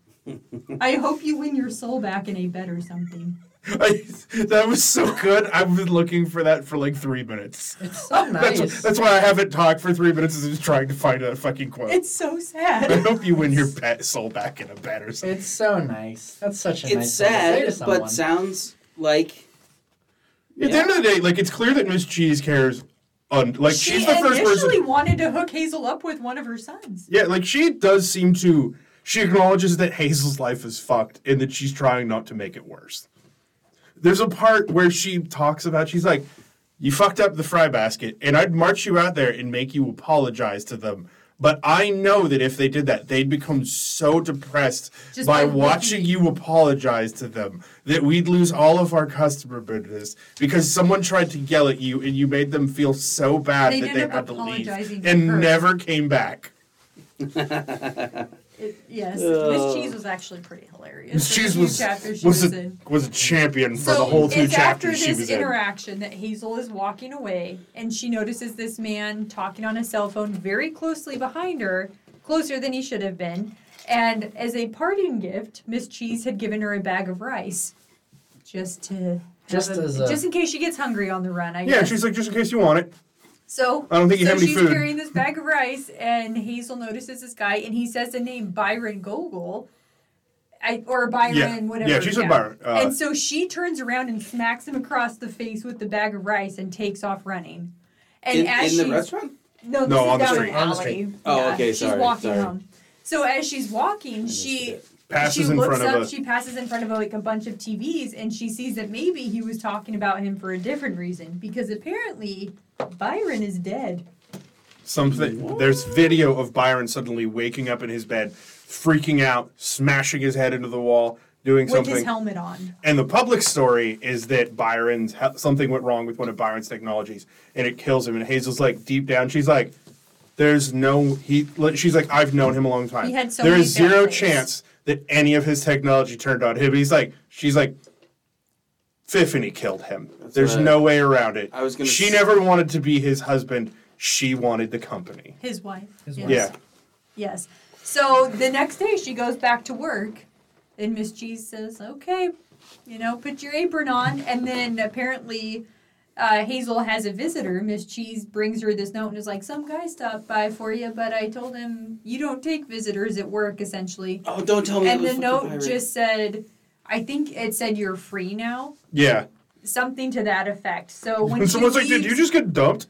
I hope you win your soul back in a bet or something.
I, that was so good. I've been looking for that for like three minutes.
It's so nice.
That's, that's why I haven't talked for three minutes, is just trying to find a fucking quote.
It's so
I
sad.
hope you win your pet soul back in a bed or something.
it's so nice. That's such a nice
It's
thing to
sad,
say to someone.
but sounds like
At the end of the day, like it's clear that Miss Cheese cares. Un- like
she
she's the first
initially
person.
wanted to hook Hazel up with one of her sons.
Yeah, like she does seem to. She acknowledges that Hazel's life is fucked and that she's trying not to make it worse. There's a part where she talks about she's like, "You fucked up the fry basket, and I'd march you out there and make you apologize to them." But I know that if they did that, they'd become so depressed
Just
by
by looking
watching
at
you apologize to them that we'd lose all of our customer business because someone tried to yell at you and you made them feel so bad
They'd
that
end
they
up
had to leave
apologizing to
and
her.
never came back.
It, yes,
Uh,
Miss Cheese was actually pretty hilarious.
Miss
There's a
Cheese
few
was-
chapters she
was
was
a,
in.
was a champion for
so
the whole two
it's after
chapters she
this
was in.
interaction that Hazel is walking away, and she notices this man talking on a cell phone very closely behind her, closer than he should have been. And as a parting gift, Miss Cheese had given her a bag of rice, just to
Just
have
as a-
just in case she gets hungry on the run. I
Yeah,
guess.
she's like, just in case you want it.
So
I don't think you
so
have any
she's
food.
carrying this bag of rice, and Hazel notices this guy, and he says the name Byron Gogol I, or Byron,
Yeah.
whatever.
yeah, she's a bar. Uh,
and so she turns around and smacks him across the face with the bag of rice and takes off running. And
in,
as
in the
she's-
restaurant?
No, this
No,
is
on the
down
street.
On
an
the
alley.
street.
Oh,
Yeah,
okay,
She's
sorry,
walking
sorry.
home. So as she's walking,
missed
she
it.
passes
she
in
looks
front
up,
of a.
she passes in front of like a bunch of TVs, and she sees that maybe he was talking about him for a different reason because apparently Byron is dead.
something. There's video of Byron suddenly waking up in his bed, freaking out, smashing his head into the wall, doing
With his
something.
helmet on.
And the public story is that Byron's he- something went wrong with one of Byron's technologies, and it kills him. And Hazel's like deep down, she's like, "There's no he." like, She's like, "I've known him a long time.
He had so
there
many
is zero
families."
chance that any of his technology turned on him." He's like, "She's like." Fiffany killed him. There's
what I-
no way around it.
I was gonna
She
s-
never wanted to be his husband. She wanted the company.
His wife.
His
yes.
wife.
Yeah.
Yes. So the next day she goes back to work, and Miss G says, "Okay, you know, put your apron on." And then apparently. Uh, Hazel has a visitor. Miss Cheese brings her this note and is like, "Some guy stopped by for you, but I told him you don't take visitors at work, essentially."
Oh, don't tell me.
and
it was
the
fucking
note
pirate.
just said, "I think it said you're free now,"
Yeah.
something to that effect. So when
And
she
someone's like, did you
leaves-
just get dumped?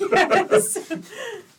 Yes.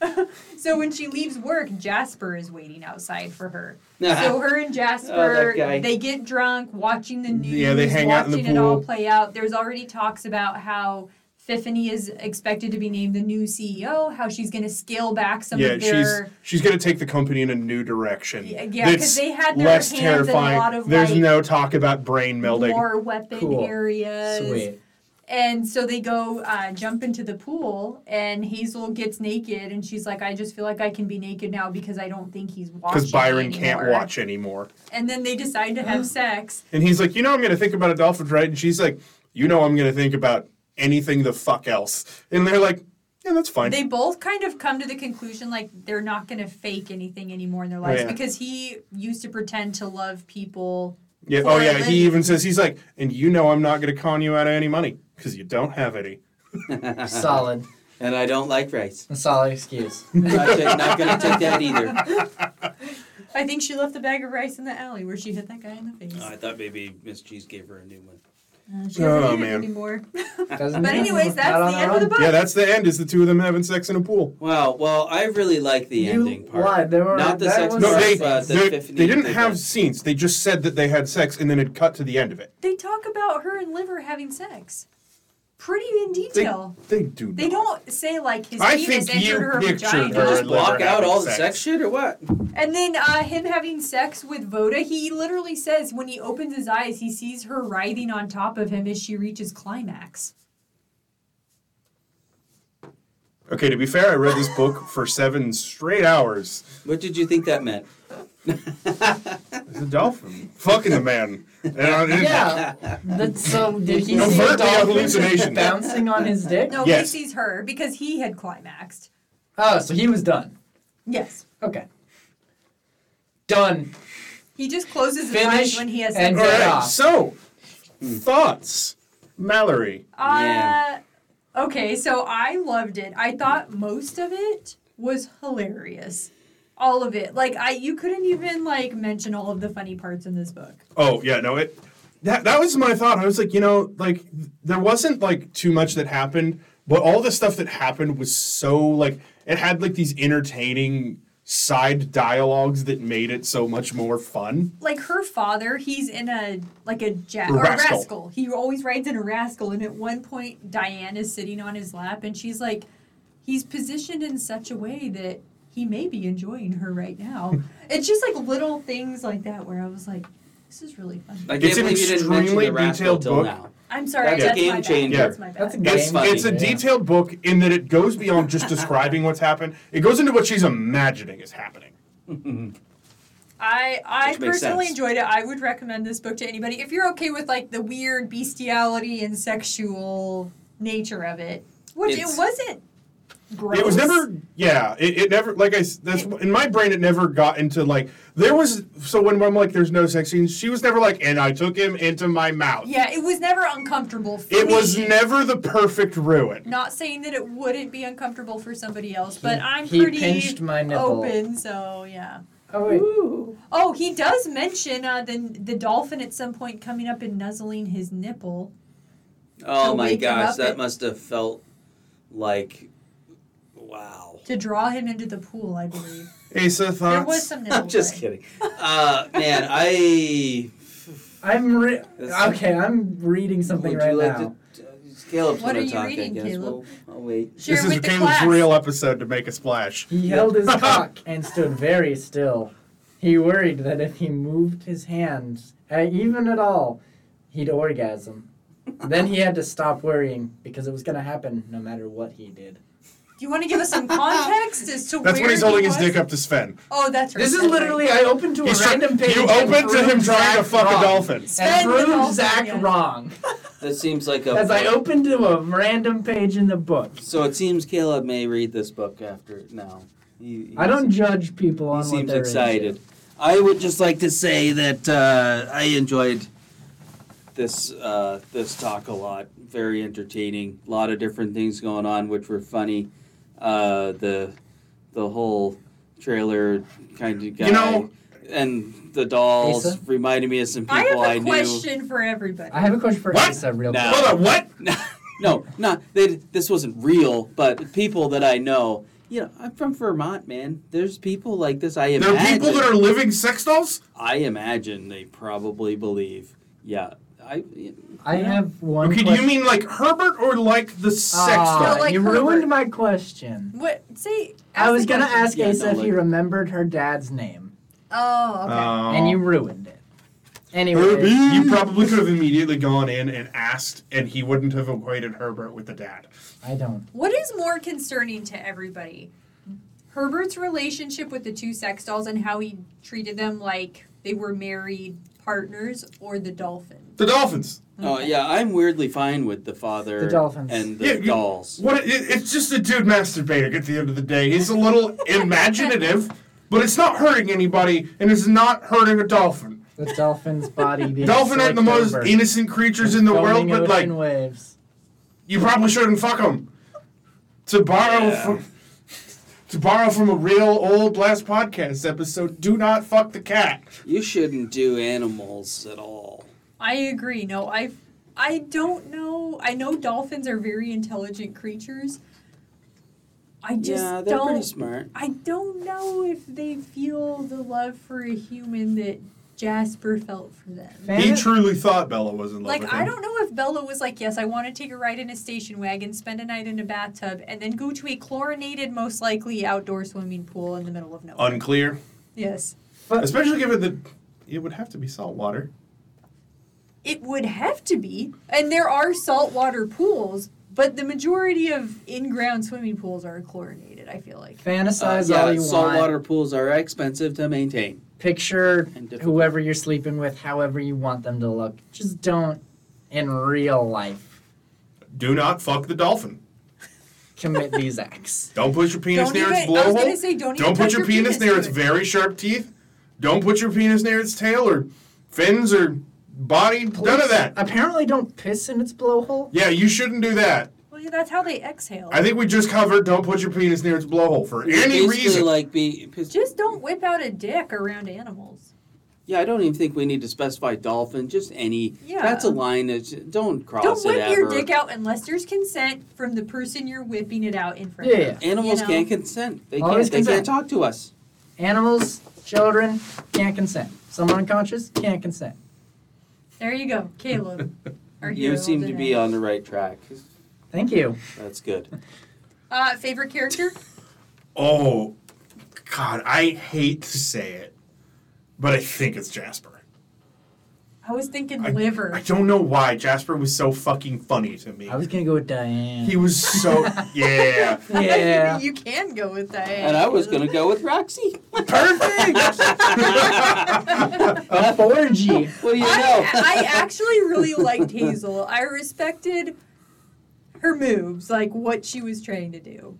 so when she leaves work, Jasper is waiting outside for her. So her and Jasper,
Uh-huh. Oh, that guy.
they get drunk, watching the news,
Yeah, they hang out in
watching
the
it all
pool.
play out. There's already talks about how Fiffany is expected to be named the new CEO, how she's going to scale back some
yeah,
of their.
she's she's gonna take the company in a new direction.
Y- yeah, 'cause
that's
they had their
less
hands in a
terrifying.
lot of,
There's
like,
no talk about brain melding.
War weapon
Cool.
areas.
Sweet.
And so they go uh, jump into the pool, and Hazel gets naked, and she's like, "I just feel like I can be naked now because I don't think he's watching."
Because Byron
anymore.
can't watch anymore.
And then they decide to have sex.
And he's like, you know I'm gonna think about dolphins, right? And she's like, you know I'm gonna think about anything the fuck else. And they're like, Yeah, that's fine.
They both kind of come to the conclusion like they're not going to fake anything anymore in their lives
Yeah.
because he used to pretend to love people.
yeah,
for
oh
a
yeah,
living.
he even says he's like, and you know I'm not gonna con you out of any money because you don't have any.
Solid.
and I don't like rice.
A solid excuse.
Not, ta- not gonna take that either.
I think she left the bag of rice in the alley where she hit that guy in the face.
Oh, I thought maybe Miss Cheese gave her a new one.
Uh, she doesn't
Oh,
need it
man.
anymore.
Doesn't
But
matter.
anyways, that's
Not on
the
our
end of the
own.
book.
Yeah, that's the end, is the two of them having sex in a pool.
Wow. Well, I really like the
You-
ending part.
Why? There were,
Not the
that
sex
was
No,
part,
they,
but uh, the
they,
15
they didn't
they
have
did.
scenes. They just said that they had sex and then it cut to the end of it.
They talk about her and Liver having sex. Pretty in
They,
detail.
they do
They,
not.
don't say like his
I
penis
think you
entered her
pictured
vagina.
her Liver
Just block out
having
all the
sex.
sex shit or what?
And then uh, him having sex with Voda, he literally says when he opens his eyes, he sees her writhing on top of him as she reaches climax.
Okay, to be fair, I read this book for seven straight hours.
What did you think that meant?
It's a dolphin. Fucking the man. And I didn't-
Yeah. That's, so did he see a
Overtly
dolphin
hallucination.
bouncing on his dick?
No,
Yes.
he sees her because he had climaxed.
Oh, so he was done.
Yes.
Okay. Done.
He just closes his eyes
Finish
when he has sex.
and
All right,
Yeah.
so thoughts. Mallory.
Uh, okay, so I loved it. I thought most of it was hilarious. All of it. Like I you couldn't even like mention all of the funny parts in this book.
Oh yeah, no it. That that was my thought. I was like, you know, like there wasn't like too much that happened, but all the stuff that happened was so like it had like these entertaining side dialogues that made it so much more fun.
like her father, he's in a like a ja-
A
or a
rascal.
rascal. He always rides in a rascal, and at one point Diane is sitting on his lap, and she's like, he's positioned in such a way that he may be enjoying her right now. it's just like little things like that where I was like, this is really funny.
I can't
It's an
believe you didn't mention
extremely
the rascal
detailed
till
book.
now.
I'm sorry,
That's
that's,
a
my
game
bad.
changer.
That's my bad.
That's a game.
It's,
funny,
it's a
yeah.
detailed book in that it goes beyond just describing what's happened. It goes into what she's imagining is happening.
I I
Which makes
personally
sense.
enjoyed it. I would recommend this book to anybody if you're okay with like the weird bestiality and sexual nature of it, which
It's-
it wasn't. Gross.
It was never, yeah. It, it never, like I, s- that's in my brain. It never got into like there was. So when I'm like, there's no sex scenes. She was never like, and I took him into my mouth.
Yeah, it was never uncomfortable for
It was
me.
never the perfect ruin.
Not saying that it wouldn't be uncomfortable for somebody else, but I'm
he
pretty
pinched my nipple.
open, so yeah.
Oh wait.
Ooh.
Oh, he does mention uh, the the dolphin at some point coming up and nuzzling his nipple.
Oh
To
my
wake him
gosh,
up
that
at-
must have felt like wow.
to draw him into the pool, I believe.
Asa
There
thoughts.
was some nipple
I'm just
play.
kidding. Uh, man, I
I'm re-
That's-
okay. I'm reading something
would
right
you like
now.
to uh, Caleb's
What
gonna
are you
talk,
reading,
I guess.
Caleb?
We'll, I'll wait.
Share
this
with
is
the
Caleb's
class.
real episode to make a splash.
He held his cock and stood very still. He worried that if he moved his hand, uh, even at all, he'd orgasm. then he had to stop worrying because it was going to happen no matter what he did.
Do you want to give us some context as to
That's
where
when he's
he
holding his
was?
dick up to Sven.
Oh, that's right.
This is
that's right.
literally I opened to a
He's try-
random page.
you
and
open to
proved
him trying to
Zach
fuck
wrong.
a dolphin.
And
Sven the
proved
dolphin,
Zach
yeah.
wrong
That seems like a
as I opened to a random page in the book.
So it seems Caleb may read this book after now. He, he
I don't judge people on
He seems
what they're
excited.
into.
I would just like to say that uh, I enjoyed this uh, this talk a lot. Very entertaining. A lot of different things going on, which were funny. Uh, the the whole trailer kind of guy.
know-
and the dolls
Lisa?
reminded me of some people
I have a
I, knew.
question for everybody.
I have a question for
What?
Asa real
No.
quick.
Hold on, what?
No, not they, this wasn't real, but people that I know. You know, I'm from Vermont, man. There's people like this. I
There
imagine.
are people that are living sex dolls?
I imagine they probably believe. Yeah, I.
Hmm.
I have one
Okay, do
question.
you mean like Herbert or like the sex
Ah,
doll?
No, like
you
Herbert.
ruined my question.
what? Say.
I
ask
was
the
gonna
question.
ask
Yeah,
Asa
no,
if
like-
you remembered her dad's name,
Oh, okay.
Uh.
and you ruined it. Anyway,
Herbie. You Um, probably could have immediately gone in and asked, and he wouldn't have equated Herbert with the dad.
I don't.
What is more concerning to everybody? Herbert's relationship with the two sex dolls and how he treated them like they were married partners or the dolphin?
The dolphins.
Oh yeah, I'm weirdly fine with the father
The dolphins.
and the
Yeah, you-
dolls.
What? It, it's just a dude masturbator. At the end of the day, he's a little imaginative, but it's not hurting anybody, and it's not hurting a dolphin.
The dolphin's body being
Dolphin aren't the
flicked
most
over.
innocent creatures in the world,
Foaming
but like
ocean waves.
you probably shouldn't fuck them. To borrow
Yeah.
from. To borrow from a real old last podcast episode, do not fuck the cat.
You shouldn't do animals at all.
I agree. No, I I don't know. I know dolphins are very intelligent creatures. I just
yeah, they're pretty
don't
smart.
I don't know if they feel the love for a human that Jasper felt for them.
Fan-
truly thought Bella was in
Like I don't know if Bella was like, "Yes, I want to take a ride in a station wagon, spend a night in a bathtub, and then go to a chlorinated, most likely outdoor swimming pool in the middle of nowhere."
Unclear.
yes,
Especially given that it would have to be salt water.
it would have to be, and there are saltwater pools, but the majority of in-ground swimming pools are chlorinated. I feel like.
Uh,
Fantasize all
yeah,
you want.
saltwater pools are expensive to maintain.
Picture
And difficult.
whoever you're sleeping with, however you want them to look. Just don't, in real life,
Do not fuck the dolphin.
commit these acts.
Don't put your penis
Don't
near
even.
its
I was gonna
blowhole.
say, don't, even
Don't put
touch
your, penis, near
to
its
it.
very sharp teeth. Don't put your penis near its tail or fins or body. None of that.
Apparently, don't piss in its blowhole.
Yeah, you shouldn't do that.
Well, yeah, that's how they exhale.
I think we just covered don't put your penis near its blowhole for any
Basically,
reason.
like be.
Just don't whip out a dick around animals.
Yeah, I don't even think we need to specify dolphin. Just any.
Yeah.
That's a line that don't cross
Don't
it
whip
ever.
your dick out unless there's consent from the person you're whipping it out in front
Yeah.
of.
Animals
You know?
can't consent. They
Always
can't. They
consent.
can't talk to us.
Animals, children, can't consent. Someone unconscious, can't consent.
There you go, Caleb. our hero
You
of
seem
the
to be
night.
on the right track.
Thank you.
That's good.
Uh, favorite character?
Oh, God, I hate to say it, but I think it's Jasper.
I was thinking
I-
liver.
I don't know why Jasper was so fucking funny to me.
I was gonna go with Diane.
He was so yeah,
yeah.
you can go with that.
And I was gonna go with Roxy.
perfect.
A 4G.
What do you know?
I, I actually really liked Hazel. I respected her moves, like what she was trying to do.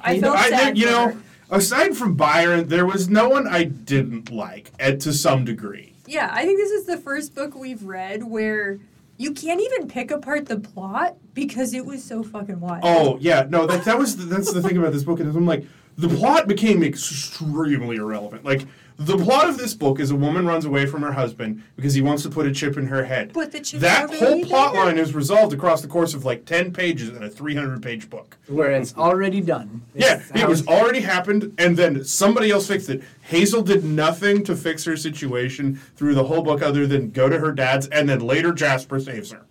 I
You
felt
know, I-
sad.
you
for
know-
her.
Aside from Byron, there was no one I didn't like, and to some degree.
yeah, I think this is the first book we've read where you can't even pick apart the plot because it was so fucking wild.
Oh yeah, no, that that was the, that's the thing about this book, and I'm like, the plot became extremely irrelevant. Like the plot of this book is a woman runs away from her husband because he wants to put a chip in her head.
But the chip's
that
already
whole plot
there.
line is resolved across the course of like ten pages in a three hundred page book.
Where it's already done.
Yeah,
It's
it
how-
was already happened, and then somebody else fixed it. Hazel did nothing to fix her situation through the whole book, other than go to her dad's, and then later Jasper saves her.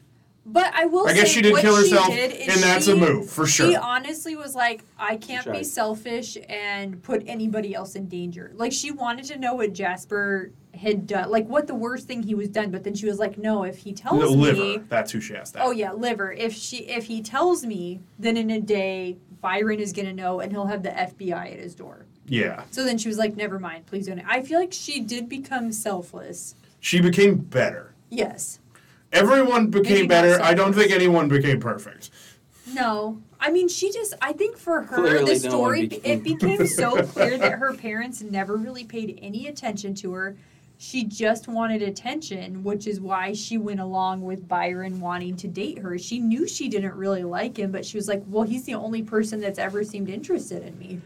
But I will.
I guess
say
she did
what
kill herself,
did is
and that's
she-
a move, for
She
sure.
honestly was like, I can't be
tried.
selfish and put anybody else in danger. Like she wanted to know what Jasper had done, like what the worst thing he was done. But then she was like, No, if he tells
The
me,
liver. That's who she asked that.
oh yeah, liver. If she, if he tells me, then in a day Byron is gonna know, and he'll have the FBI at his door.
yeah.
So then she was like, Never mind, please don't. I feel like she did become selfless.
She became better.
Yes.
Everyone became
not
better. I don't
selfless.
think anyone became perfect.
No, I mean she just. I think for her,
Clearly
the
no one
story
became-
it became so clear that her parents never really paid any attention to her. She just wanted attention, which is why she went along with Byron wanting to date her. She knew she didn't really like him, but she was like, "Well, he's the only person that's ever seemed interested in me.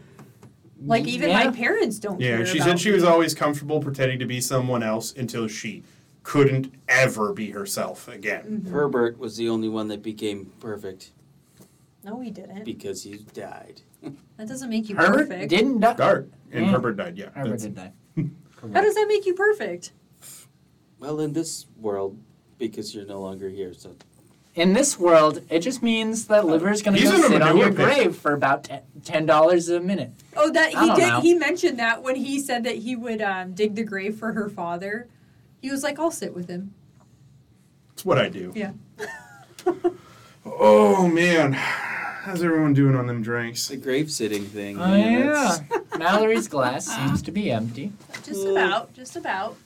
Like even
Yeah.
my parents don't."
Yeah,
care
she
about
said she
me."
was always comfortable pretending to be someone else until she couldn't ever be herself again.
Herbert was the only one that became perfect
No, he didn't.
because he died.
That doesn't make you
Herbert
perfect.
didn't die.
Dart and
Yeah.
Herbert died. Yeah,
Herbert
that's-
did die.
How does that make you perfect?
Well, in this world, because you're no longer here, so
In this world, it just means that liver's gonna
He's
go
in a
sit on your
manure pit.
grave for about te- ten dollars a minute.
Oh, that
I
he
don't
did.
know.
He mentioned that when he said that he would um, dig the grave for her father. He was like, "I'll sit with him."
that's what I do.
Yeah.
Oh man, how's everyone doing on them drinks?
the grave sitting thing.
Oh
man,
yeah.
that's-
Mallory's glass seems to be empty.
Just about. Just about.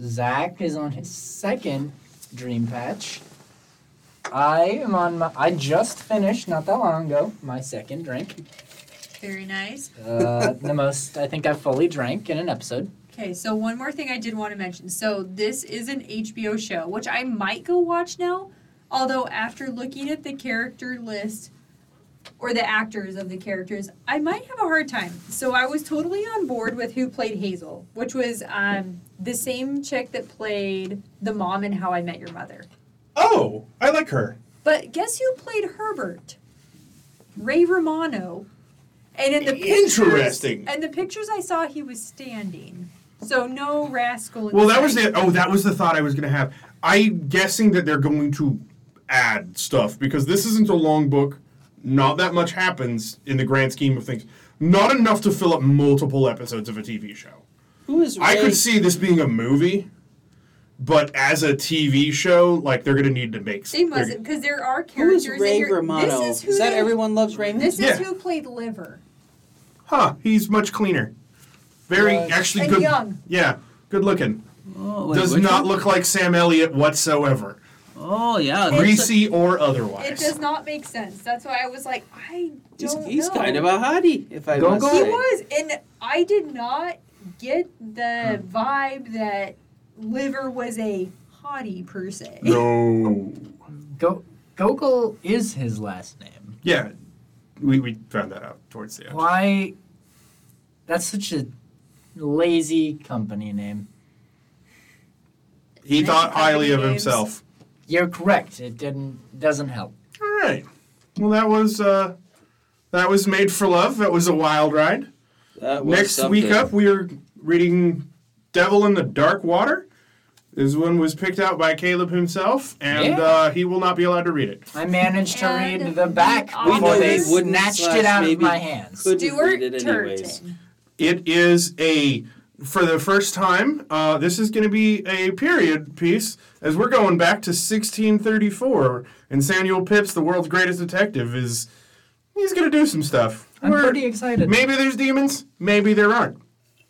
Zach is on his second dream patch. I am on my. I just finished not that long ago my second drink.
Very nice.
Uh, the most I think I fully drank in an episode.
Okay, so one more thing I did want to mention. So this is an HBO show, which I might go watch now. Although after looking at the character list or the actors of the characters, I might have a hard time. So I was totally on board with who played Hazel, which was um, the same chick that played the mom in How I Met Your Mother.
Oh, I like her.
But guess who played Herbert? Ray Romano. And in the pictures-
Interesting.
and the pictures I saw, he was standing. So no rascal. in
Well, that was
sight.
the oh, that was the thought I was gonna have. I'm guessing that they're going to add stuff because this isn't a long book. Not that much happens in the grand scheme of things. Not enough to fill up multiple episodes of a TV show.
Who is Ray?
I could see this being a movie, but as a TV show, like they're gonna need to make.
They
they're-
must because there are
Who
characters.
is Ray
in your,
Romano?
This is who
that
they-
everyone loves Raymond?
This
Yeah.
is who played Liver
Huh? He's much cleaner. Very
Was-
actually
and
good.
Young.
Yeah, good looking.
Oh, wait,
Does
which
not
one?
look like Sam Elliott whatsoever,
Oh yeah.
It's a-
greasy or
It
otherwise.
does not make sense. That's why I was like, I
He's,
don't
he's
know.
kind of a hottie, if I
Go,
must
go.
He
say.
was, and I did not get the vibe that Liver was a hottie per se.
no.
Go- Gogol is his last name.
Yeah, we, we found that out towards the end.
Why? That's such a lazy company name.
He
Nice
thought highly of
company names.
himself.
You're correct. It didn't doesn't help.
All right. Well, that was uh, that was made for love. That was a wild ride.
That was
Next week
something.
up, we are reading "Devil in the Dark Water." This one was picked out by Caleb himself, and
Yeah.
uh, he will not be allowed to read it.
I managed to
And
read the back
the
before
author-
they
We know he
wouldn't,
snatched
slash
it out of
maybe
my hands.
could- Couldn't
Stuart
read it anyways.
Turton.
It is a for the first time. Uh, this is going to be a period piece as we're going back to 1634, and Samuel Pipps, the world's greatest detective, is he's going to do some stuff.
I'm
We're-
pretty excited.
Maybe there's demons. Maybe there aren't.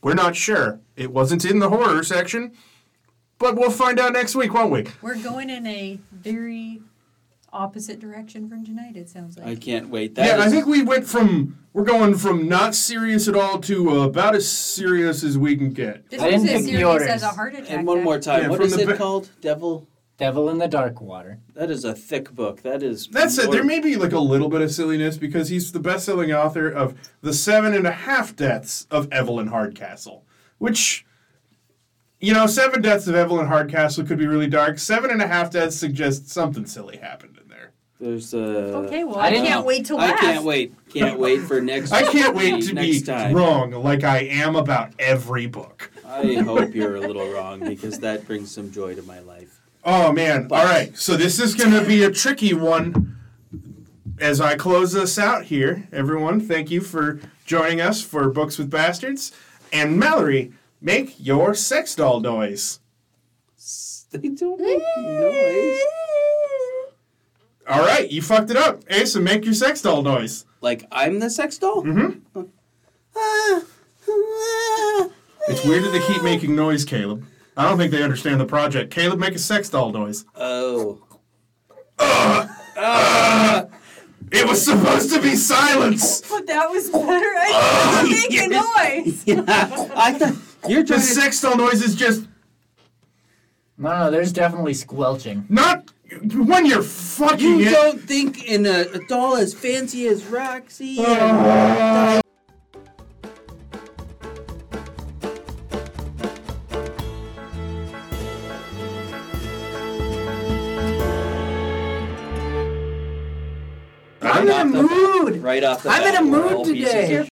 We're not sure. It wasn't in the horror section, but we'll find out next week, won't we?
We're going in a very opposite direction from tonight. It sounds like.
I can't wait. That
Yeah, I
is-
think we went from we're going from not serious at all to uh, about as serious as we can get.
This
I didn't
was as
pick the
serious
orders.
as a heart attack.
And one more time,
Yeah,
what
from
is
the
it
ba-
called? Devil
Devil in the Dark Water.
That is a thick book. That is.
That said,
more-
there may be like a little bit of silliness because he's the best-selling author of the seven and a half deaths of Evelyn Hardcastle, which, you know, seven deaths of Evelyn Hardcastle could be really dark. Seven and a half deaths suggests something silly happened in there.
There's uh,
Okay, well,
I
I,
didn't
can't
know.
wait till
I
last.
can't wait. Can't wait for next.
I can't wait to
next
be
time.
wrong like I am about every book.
I hope you're a little wrong because that brings some joy to my life.
Oh man! All right, so this is going to be a tricky one. As I close this out here, everyone, thank you for joining us for Books with Bastards. And Mallory, make your sex doll noise.
They don't make noise.
All right, you fucked it up. Asa, make your sex doll noise.
Like I'm the sex doll.
Mhm.
Ah,
It's weird that they keep making noise, Caleb. I don't think they understand the project. Caleb, make a sex doll noise.
Oh.
It was supposed to be silence.
But that was better. I didn't make a noise.
Yeah, I thought you're
The
trying to
sex doll noise is just
No, no, there's definitely squelching.
not when you're fucking
You
it.
don't think in a, a doll as fancy as Roxy? and-
I'm in a
Right off the-
mood.
Right off the
I'm in
bat,
a
we're
mood
Uh,
all pieces of
today.